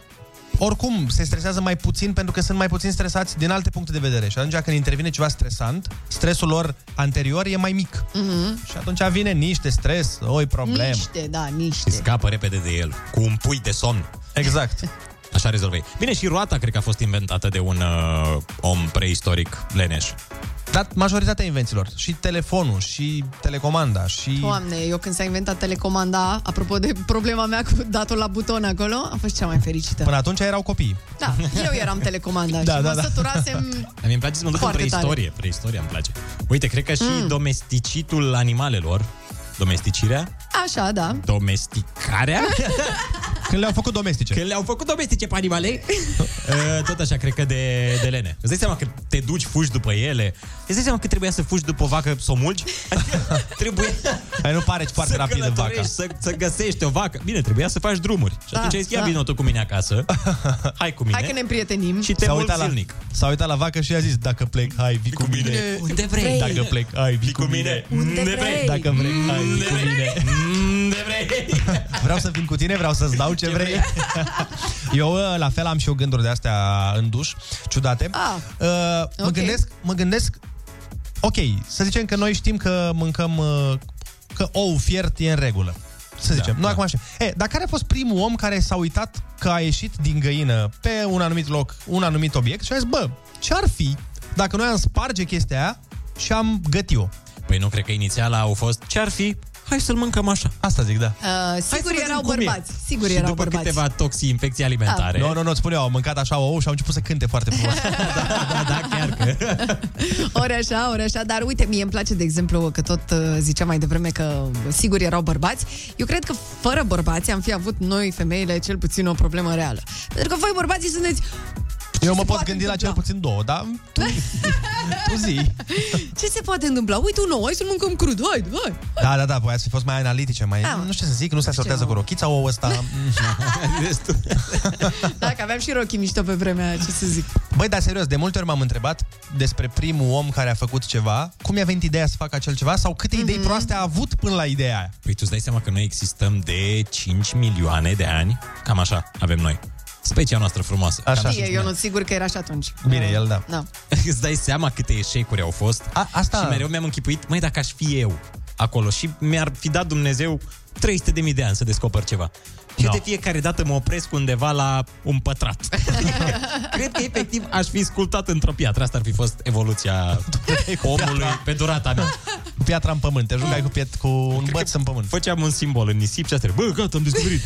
oricum se stresează mai puțin pentru că sunt mai puțin stresați din alte puncte de vedere. Și atunci când intervine ceva stresant, stresul lor anterior e mai mic. Mhm. Și atunci vine niște stres, oi problem. Niște, da, niște. Și scapă repede de el, cu un pui de somn. Exact. Așa rezolvei. Bine, și roata cred că a fost inventată de un uh, om preistoric leneș. Dar majoritatea invențiilor, și telefonul, și telecomanda, și... Doamne, eu când s-a inventat telecomanda, apropo de problema mea cu datul la buton acolo, am fost cea mai fericită. Până atunci erau copii. Da, eu eram telecomanda Da, și da, mă da. săturasem... Dar mi-e place să mă duc Foarte în preistorie. tare. Preistoria îmi place. Uite, cred că și Mm. domesticitul animalelor, domesticirea, Așa, da. domesticarea... Când le-au făcut domestice. Când le-au făcut domestice pe animale. Uh, Tot așa, cred că de, de lene. Îți dai seama că te duci, fugi după ele. Îți dai seama că trebuia să fugi după o vacă, să o mulci? Adică trebuie... Ai nu pare foarte rapidă vaca. Să, să găsești o vacă. Bine, trebuia să faci drumuri. Și Da, atunci ai zis, ia da. vino tu cu mine acasă. Hai cu mine. Hai că ne prietenim. Și te mulți la, zilnic. s-a uitat la vacă și i-a zis, dacă plec, hai, vii cu mine. Unde vrei. Dacă plec, hai, vii cu mine. Unde vrei. Dacă vrei, hai, vii cu mine. Unde vrei. Vreau să vin cu tine, vreau să-ți dau ce vrei. Eu, uh, la fel, am și eu gânduri de astea în duș, ciudate. Ah, Uh, mă, ok. gândesc, mă gândesc, ok, să zicem că noi știm că mâncăm, uh, că ou fiert e în regulă. Să zicem. Da, nu acum așa. E, dar care a fost primul om care s-a uitat că a ieșit din găină pe un anumit loc, un anumit obiect și a zis, bă, ce ar fi dacă noi am sparge chestia aia și am gătit-o? Păi nu cred că inițial au fost Ce-ar fi? Hai să-l mâncăm așa. Asta zic, da. Uh, sigur erau bărbați. Sigur și erau după bărbați. Da. câteva toxi infecții alimentare. Nu, nu, nu, îți spun eu, au mâncat așa ou și au început să cânte foarte frumos. Ori așa, ori așa, dar uite, mie îmi place, de exemplu, că tot uh, ziceam mai devreme că uh, sigur erau bărbați. Eu cred că fără bărbați am fi avut noi, femeile, cel puțin o problemă reală. Pentru că voi, bărbații, sunteți... Eu mă pot poate gândi la întâmpla? cel puțin două, da? dar tu, tu zi. Ce se poate întâmpla? Uite un ou, hai să mâncăm crud, hai, hai. Da, da, da, voi ați fi fost mai analitice, mai... Da. Nu știu ce să zic, nu se asortează cu rochița, ouă ăsta... Dacă aveam și rochii mișto pe vremea aia, ce să zic. Băi, dar serios, de multe ori m-am întrebat despre primul om care a făcut ceva, cum i-a venit ideea să facă acel ceva sau câte mm-hmm. Mhm. idei proaste a avut până la ideea aia. Păi tu îți dai seama că noi existăm de 5 milioane de ani. Cam așa avem noi. Specia noastră frumoasă. Cam Știe, așa eu spune. nu sigur că era și atunci. Bine, el da. Da. Îți dai seama câte eșecuri au fost A, asta... Și mereu mi-am închipuit, măi, dacă aș fi eu acolo Și mi-ar fi dat Dumnezeu 300.000 de ani să descoper ceva Eu de fiecare dată mă opresc undeva la un pătrat. Cred că efectiv aș fi sculptat într-o piatră. Asta ar fi fost evoluția omului pe durata mea. Cu piatra în pământ, te jucai cu, piet, cu un băț în pământ. Făceam un simbol în nisip și asta era, Bă, gata, am descoperit.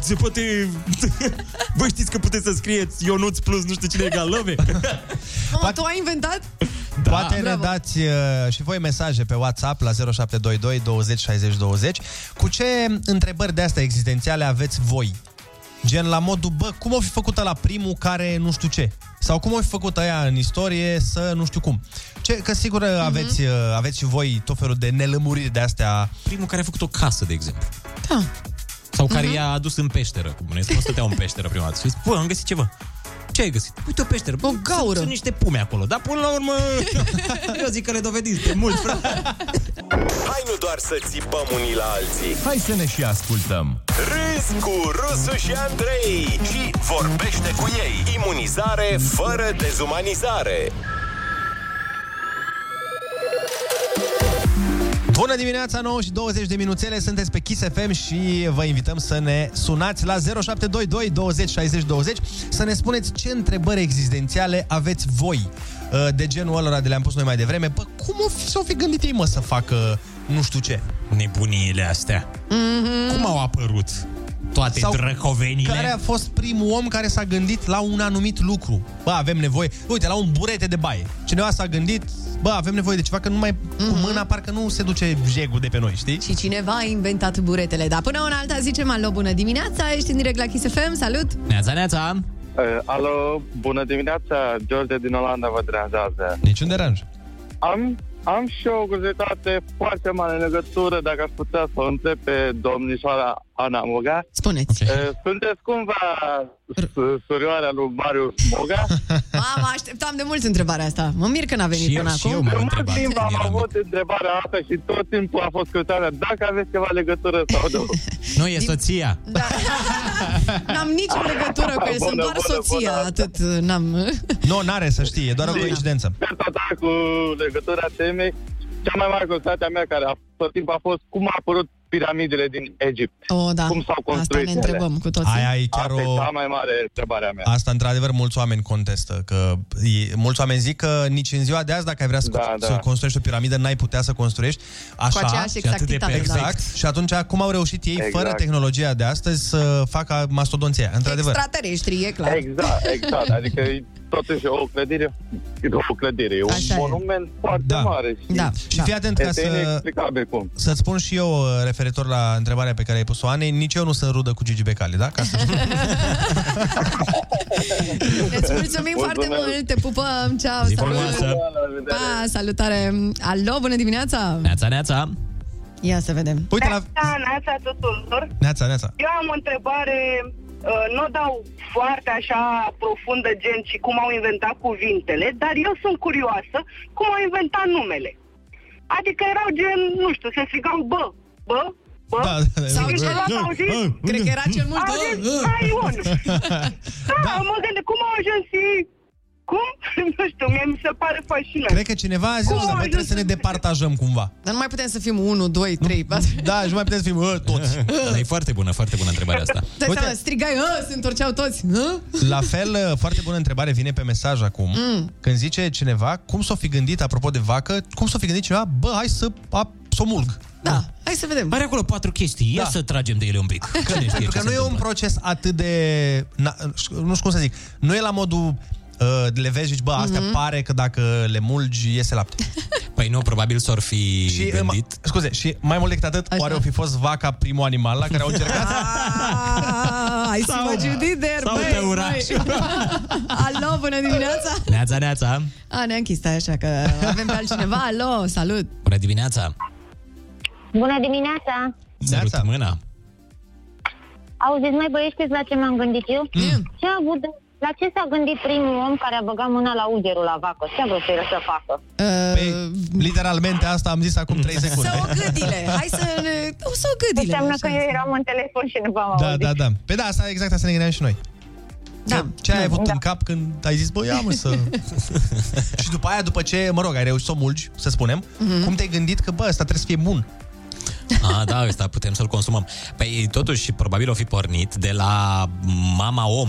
Se poate... Bă, știți că puteți să scrieți Ionuț plus nu știu cine egal love? Mamă, tu ai inventat? Da. Poate ne dați uh, și voi mesaje pe WhatsApp la 0722 20 60 20 cu ce întrebări de astea existențiale aveți voi. Gen la modul, bă, cum o fi făcută la primul care nu știu ce? Sau cum o fi făcut aia în istorie să nu știu cum? Ce, că sigur Mhm. uh, aveți, uh, aveți și voi tot felul de nelămuriri de astea. Primul care a făcut o casă, de exemplu. Da. Sau care uh-huh. i-a adus în peșteră. Cum bune, nu stăteau în peșteră prima dată. Și zic, bă, am găsit ceva. Ce ai găsit? Uite o peșteră. O gaură. Sunt niște pume acolo. Dar până la urmă, eu zic că le dovediți de mult, frate. Hai nu doar să țipăm unii la alții. Hai să ne și ascultăm. Râzi cu Rusu și Andrei și vorbește cu ei. Imunizare fără dezumanizare. Bună dimineața, 9 și 20 de minuțele, sunteți pe Kiss FM și vă invităm să ne sunați la 0722 20 60 20 să ne spuneți ce întrebări existențiale aveți voi uh, de genul ăla de le-am pus noi mai devreme. Bă, cum o fi- s-au fi gândit ei, mă, să facă nu știu ce? Nebuniile astea. Mm-hmm. Cum au apărut toate Sau drăcovenile? Care a fost primul om care s-a gândit la un anumit lucru? Bă, avem nevoie, uite, la un burete de baie. Cineva s-a gândit, bă, avem nevoie de ceva, că nu mai cu mâna parcă nu se duce jegul de pe noi, știi? Și cineva a inventat buretele. Dar până una alta zicem alo, bună dimineața, ești în direct la Kiss FM, salut! Neața, neața! Uh, alo, bună dimineața, George din Olanda vă deranjează. Niciun deranj. Am, am și o curiozitate foarte mare în legătură, dacă aș putea să o întreb pe domnișoara Ana Moga. Spuneți. Okay. Sunteți cumva s- surioara lui Marius Moga? Mama, așteptam de mult întrebarea asta. Mă mir că n-a venit până acum. Tot timpul am avut întrebarea asta și tot timpul a fost scutarea dacă aveți ceva legătură sau nu. Nu, e soția. N-am nicio legătură cu el, sunt Bună, doar bună, soția, atât n-am... Nu, n-are să știe, e doar o coincidență. Da, cu legătura temei, cea mai mare curiozitate a mea care a, tot timpul a fost cum a apărut piramidele din Egipt. O, da. Cum s-au Asta construit ne întrebăm cu toții. Aia e chiar Asta e o- cea mai mare întrebare a mea. Asta, într-adevăr, mulți oameni contestă. Că e, mulți oameni zic că nici în ziua de azi, dacă ai vrea să, da, da. să construiești o piramidă, n-ai putea să construiești așa. Cu aceeași și atât de exactitate, perfect. da. Exact. Și atunci, cum au reușit ei, Exact. exact. fără tehnologia de astăzi, să facă mastodonția, într-adevăr. Extraterestri, e clar. Exact, exact. Adică e totuși o clădire, e o clădire, e un Așa e. monument foarte mare. Și, Da, Și fii atent ca este să- inexplicabil cum. Să-ți spun și eu, uh, referitor la întrebarea pe care ai pus-o, Anei, nici eu nu sunt rudă cu Gigi Becali, da? Ca să... Îți Deci, mulțumim foarte mult, te pupăm, ceau, Zi salut! frumoasă. Pa, salutare! Alo, bună dimineața! Neața, neața! Ia să vedem. Uite la... Neața, neața tuturor. Neața, neața. Eu am o întrebare, uh, nu o dau foarte așa profundă gen și cum au inventat cuvintele, dar eu sunt curioasă cum au inventat numele. Adică erau gen, nu știu, se strigau bă, bă, bă. Da, da, da. Și când Bă, ceva bă, au zis, bă, Cred că era cel mult, au bă, zis, bă. Da, Ion. Da, mă gândesc, cum au ajuns ei? Cum? Nu știu, mie mi se pare fascinant. Cred că cineva a zis, Cum "Bă, au trebuie să ne departajăm cumva. Dar nu mai putem să fim 1, 2, 3, 4. Da, și mai putem să fim "Ă, toți. Dar e foarte bună, foarte bună întrebarea asta. Dai seama, strigai, "Ă", se întorceau toți. "Ă?" La fel, uh, foarte bună întrebare vine pe mesaj acum. Mm. Mm. Când zice cineva, cum s-o fi gândit, apropo de vacă, cum s-o fi gândit cineva, bă, hai să, a, s-o mulg. Da, hai să vedem. Are acolo patru chestii, ia Da. să tragem de ele un pic. Că ne știe Pentru ce că se nu e un întâmplă. proces atât de... Na, nu știu cum să zic. Nu e la modul... Uh, le vezi și zici, bă, astea Mhm. mm-hmm. pare că dacă le mulgi, iese lapte. Păi nu, probabil s-or fi Și, uh, gândit. ma- scuze, și mai mult decât atât, Așa. oare o fi fost vaca primul animal la care au încercat? Ah, Ai să Sau- mă Judider, sau te ura. Alo, bună dimineața! Neața, neața! A, ne-a închis, stai așa că avem pe altcineva. Alo, salut! Da, Bună dimineața! Bună dimineața! Sărut mâna! Auziți, mai băieți, știți la ce m-am gândit eu? Mm. Mm. Ce a avut, la ce s-a gândit primul om care a băgat mâna la ugerul la vacă? Ce a vrut să să facă? Păi, literalmente asta am zis acum 3 secunde. Gâdile, hai să ne... O să o gâdile. Înseamnă că eu eram în telefon și nu v-am Da, auzit. da, da. Păi da, asta exact asta ne gândeam și noi. Da. Ce ai avut da. în cap când ai zis, bă, ia mă să... și după aia, după ce, mă rog, ai reușit să o mulgi, să spunem, mm-hmm. cum te-ai gândit că, bă, ăsta trebuie să fie bun? Ah, da, ăsta putem să-l consumăm. Păi, totuși, probabil o fi pornit de la mama om.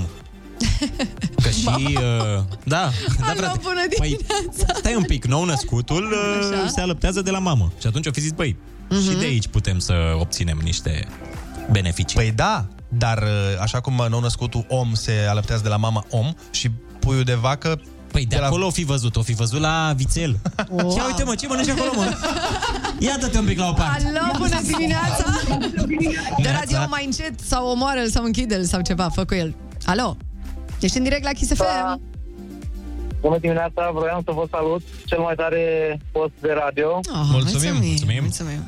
Că și... Uh, da, da, Alba, frate. bună Păi, dimineața! stai un pic, nou născutul uh, Așa. se alăptează de la mamă. Și atunci o fi zis, băi, și de aici Deci putem să obținem niște beneficii. Păi da, dar așa cum nou-născutul om se alăptează de la mama om și puiul de vacă... Păi de, de acolo o fi văzut, o fi văzut la vițel. Wow. Ia uite mă, ce mănânci acolo mă? Ia dă-te un pic la o parte. Alo, bună dimineața! De Neața. radio mai încet sau omoară-l sau închide-l sau ceva, fă cu el. Alo! Ești în direct la Kiss Da, FM? Bună dimineața, vroiam să vă salut, cel mai tare post de radio. mulțumim. mulțumim.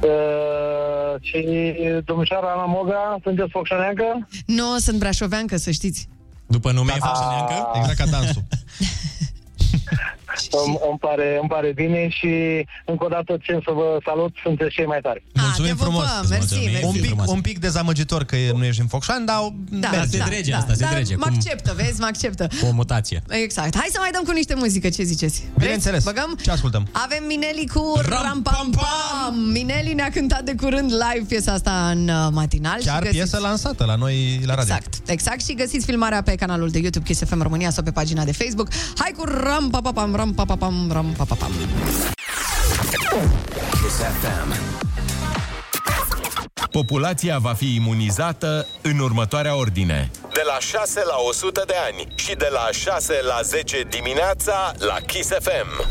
Uh, și domnișoara Ana Moga, sunteți focșaneancă? Nu, sunt brașoveancă, să știți. După nume e focșaneancă? Exact ca dansul. îmi, îmi, pare, îmi pare bine și încă o dată țin să vă salut, sunteți cei mai tari. Mulțumim frumos. mersi, Mulțumim mersi. Un, pic, frumos. un pic dezamăgitor că nu ești în Focșani, dar... Da, mersi. dar mă acceptă, vezi, mă acceptă. Cu o mutație. Exact. Hai să mai dăm cu niște muzică, ce ziceți? Bineînțeles. Băgăm? Ce ascultăm? Avem Mineli cu Ram Pam Pam. Mineli ne-a cântat de curând live piesa asta în uh, matinal. și Chiar găsiți- piesă lansată la noi, la radio. Exact, exact. Și găsiți filmarea pe canalul de YouTube Kiss FM România sau pe pagina de Facebook. Hai cu ram pa pa pam ram pa pa pam ram pa pa pam. Kiss FM. Populația va fi imunizată în următoarea ordine. De la 6 la 100 de ani și de la 6 la 10 dimineața la Kiss FM.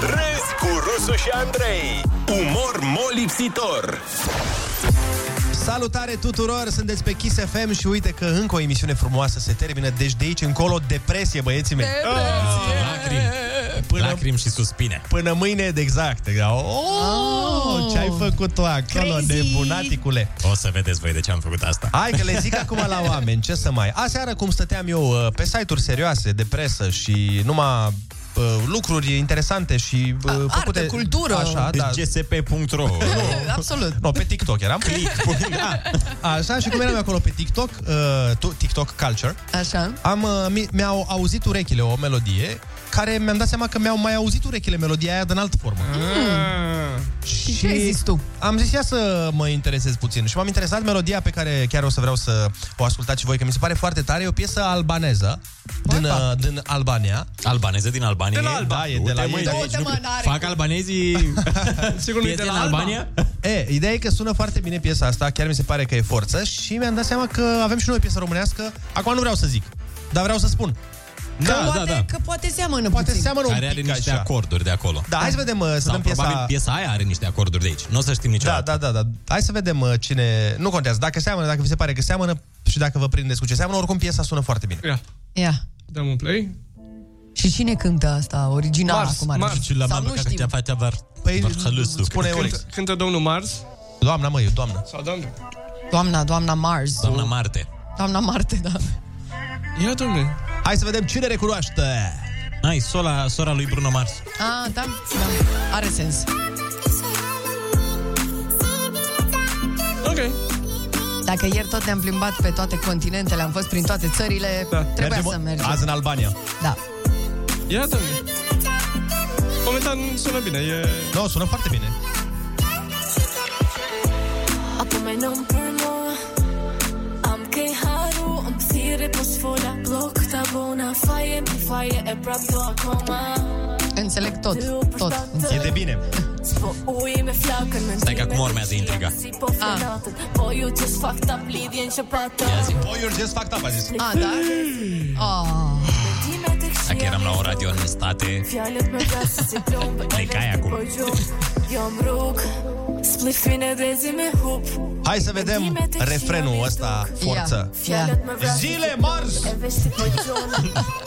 Râzi cu Rusu și Andrei. Umor molipsitor. Salutare tuturor, sunteți pe Kiss FM și uite că încă o emisiune frumoasă se termină, deci de aici încolo depresie, băieții mei. Ah, Lacrimi. Lacrimi și suspine. Până mâine, de exact. Oh, ce ai făcut tu acolo, Crazy. nebunaticule? O să vedeți voi de ce am făcut asta. Hai că le zic acum la oameni, ce să mai... Aseară cum stăteam eu uh, pe site-uri serioase de presă și numai uh, lucruri interesante și uh, făcute... cultură. Așa, Pe da. gsp.ro Absolut. Nu, pe TikTok eram. da. A, așa, și cum eram eu acolo pe TikTok, uh, tu, TikTok Culture, Așa. am, uh, mi- mi-au auzit urechile o melodie care mi-am dat seama că mi-au mai auzit urechile melodia aia de în altă formă. Și Mm. ce ai zis tu? Am zis ia să mă interesez puțin și m-am interesat melodia pe care chiar o să vreau să o ascultați și voi, că mi se pare foarte tare. E o piesă albaneză din, uh, din Albania. Albaneză din Albania. De la Alba. Da, e de la ei, de aici, nu- Deci Fac albanezii Sigur nu e de la Albania? E, ideea e că sună foarte bine piesa asta, chiar mi se pare că e forță și mi-am dat seama că avem și noi o piesă românească. Acum nu vreau să zic, dar vreau să spun. Da, Că poate, Că poate seamănă da, Poate puțin. seamănă un care are pic niște așa. acorduri de acolo. Da, hai să vedem, uh, să Sau dăm piesa- Probabil piesa aia are niște acorduri de aici. Nu o să știm niciodată. Da, da, da, da. Hai să vedem uh, cine... Nu contează, dacă seamănă, dacă vi se pare că seamănă și dacă vă prindeți cu ce seamănă, oricum piesa sună foarte bine. Ia. Ia. Dăm un play. Și cine cântă asta? Original Da, acum? ar fi. Sau nu știm. Păi, spune cântă, cântă domnul Mars. Doamna, mă, eu, doamna. Sau doamna. Doamna, doamna Mars. Doamna Marte. Doamna Marte, da. Ia, domne. Hai să vedem cine recunoaște. Ai, sora, sora lui Bruno Mars. Ah, da, da. Are sens. Ok. Dacă ieri tot ne-am plimbat pe toate continentele, am fost prin toate țările, da. trebuia să mergem. Azi în Albania. Da. Ia, domne. Momentan sună bine. E... Nu, sună foarte bine. Acum e non për mua Am kej haru Më pëthiri po s'fola blok Të bona faje Më faje e prap do akoma Înțeleg tot, tot. E de bine. S'po uji me flakën me Stai că acum urmează intriga. Si po frenatën Po ju just fucked up lidhjen që patëm Po you're just fucked up, a zis. A, da? Oh. Dacă eram la un radio în state, Fjallet me vrasë si plombë Ai kaj acum. Jam rrug Splifin e drezi me hup Hai să vedem refrenul ăsta, forță. Fjallet me vrasë Zile Mars! E vesh ti po gjonë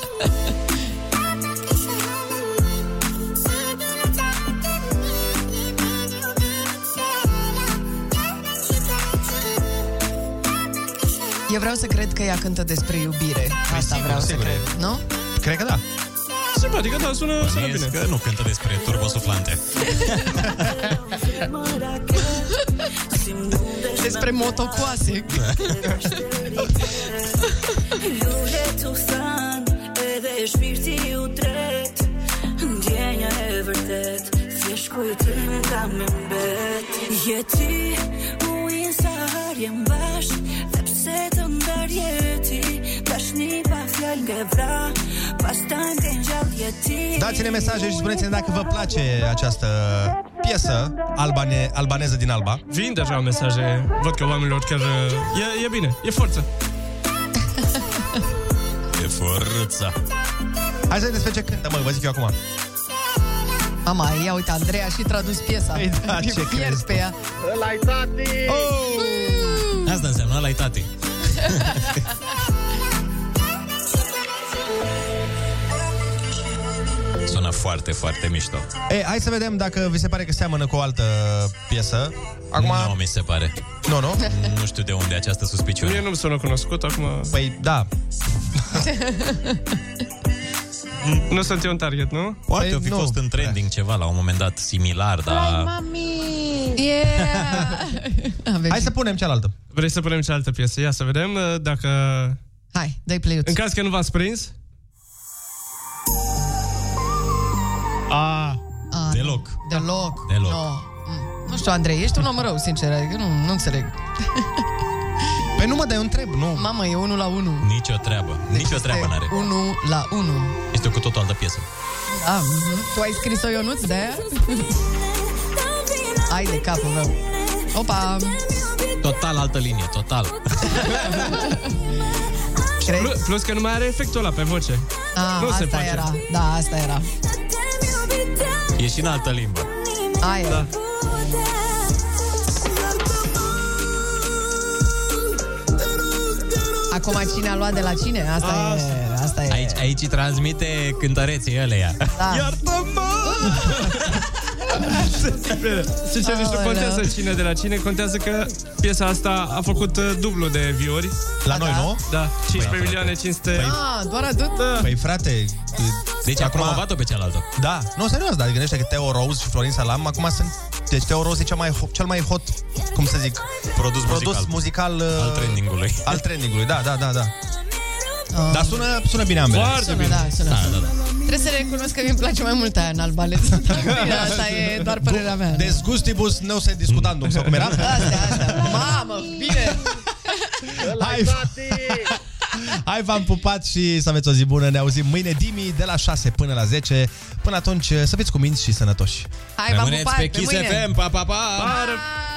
Eu vreau să cred că ea cântă despre iubire. Asta Păi sigur, vreau să sigur. cred, nu? Cred că da. Simpatică, dar da, sună, sună Bănuiesc bine. că nu cântă despre turbosuflante. Despre motocoase. Da. Lullet u than Edhe shpirti u tret Ndjenja e vërtet Fjallet Ești cu tine, dar mi E ti, u insahar jem bash Sepse të ndarje e ti Tashni pa fjall nga vra Pastaj të gjallë je ti Dați-ne mesaje și spuneți-ne dacă vă place această piesă albane, albaneză din Alba. Vin deja mesaje, văd că oamenilor chiar... uh, E, e bine, e forță. E forță. Hai să despre ce cântă, mă, vă zic eu acum. Mama, ia uite, Andreea și tradus piesa. Ei, da, ce crezi pe ea. Oh! Ăla-i tati! Asta înseamnă la tati. Sună foarte, foarte mișto. E, hai să vedem dacă vi se pare că seamănă cu o altă piesă. Acum... Acum... Nu mi se pare. Nu, nu? Nu știu de unde această suspiciune. Mie nu-mi sună cunoscut acum. Păi, da. nu sunt eu un target, nu? Poate păi, fi nu. fost în trending ceva la un moment dat similar, dar... mami! Yeah! Avem Hai și- să punem cealaltă. Vrei să punem cealaltă piesă? Ia să vedem uh, dacă... Hai, dai play În caz că nu v-ați prins... A, A, deloc. Deloc. Deloc. No. Mm. Nu știu, Andrei, ești un om rău, sincer, adică nu, nu înțeleg. Păi nu mă dai, întreb, nu. Mamă, e unul la unul. Nicio treabă. Nicio treabă n-are. Unul la unul. Este cu tot o altă piesă. Da, mhm. tu ai scris-o, Ionuț, de aia? Ai de capul meu. Opa! Total altă linie, total. Plu- Plus că nu mai are efectul ăla pe voce. A, Nu se asta face. era. Da, asta era. E și în altă limbă. Aia. Da. Acum cine a luat de la cine? Asta, e... Asta e. Aici, aici îi transmite cântăreții ăleia. Da. Păi, Iartă-mă! Sincer, nici nu Aoleu. contează cine de la cine, contează că piesa asta a făcut uh, dublu de viori. La noi, nu? Da, 15 milioane 500... Ah, doar atât? Păi frate, deci a promovat-o pe cealaltă. Da, nu, serios, dar gândește că Teo Rose și Florin Salam acum sunt... Deci Teo Rose e cea mai, ho- cel mai hot, cum să zic, produs produs muzical uh, Al trendingului. Al trendingului, da, da, da, da. Dar sună, sună bine ambele. Foarte Um, Sună, bine. da, sună, da, da, da. Trebuie să recunosc că mi-e place mai mult aia în albalet. Bine, asta e doar părerea mea. Desgustibus neu se discutandum, sau cum era? Mamă, bine! Hai, Hai, v-am pupat și să aveți o zi bună. Ne auzim mâine dimi de la 6 până la 10. Până atunci, să fiți cu minți și sănătoși. Hai, v-am Rămâneți pupat, pe pe Kiss mâine. FM. Pa, pa, pa! Pa!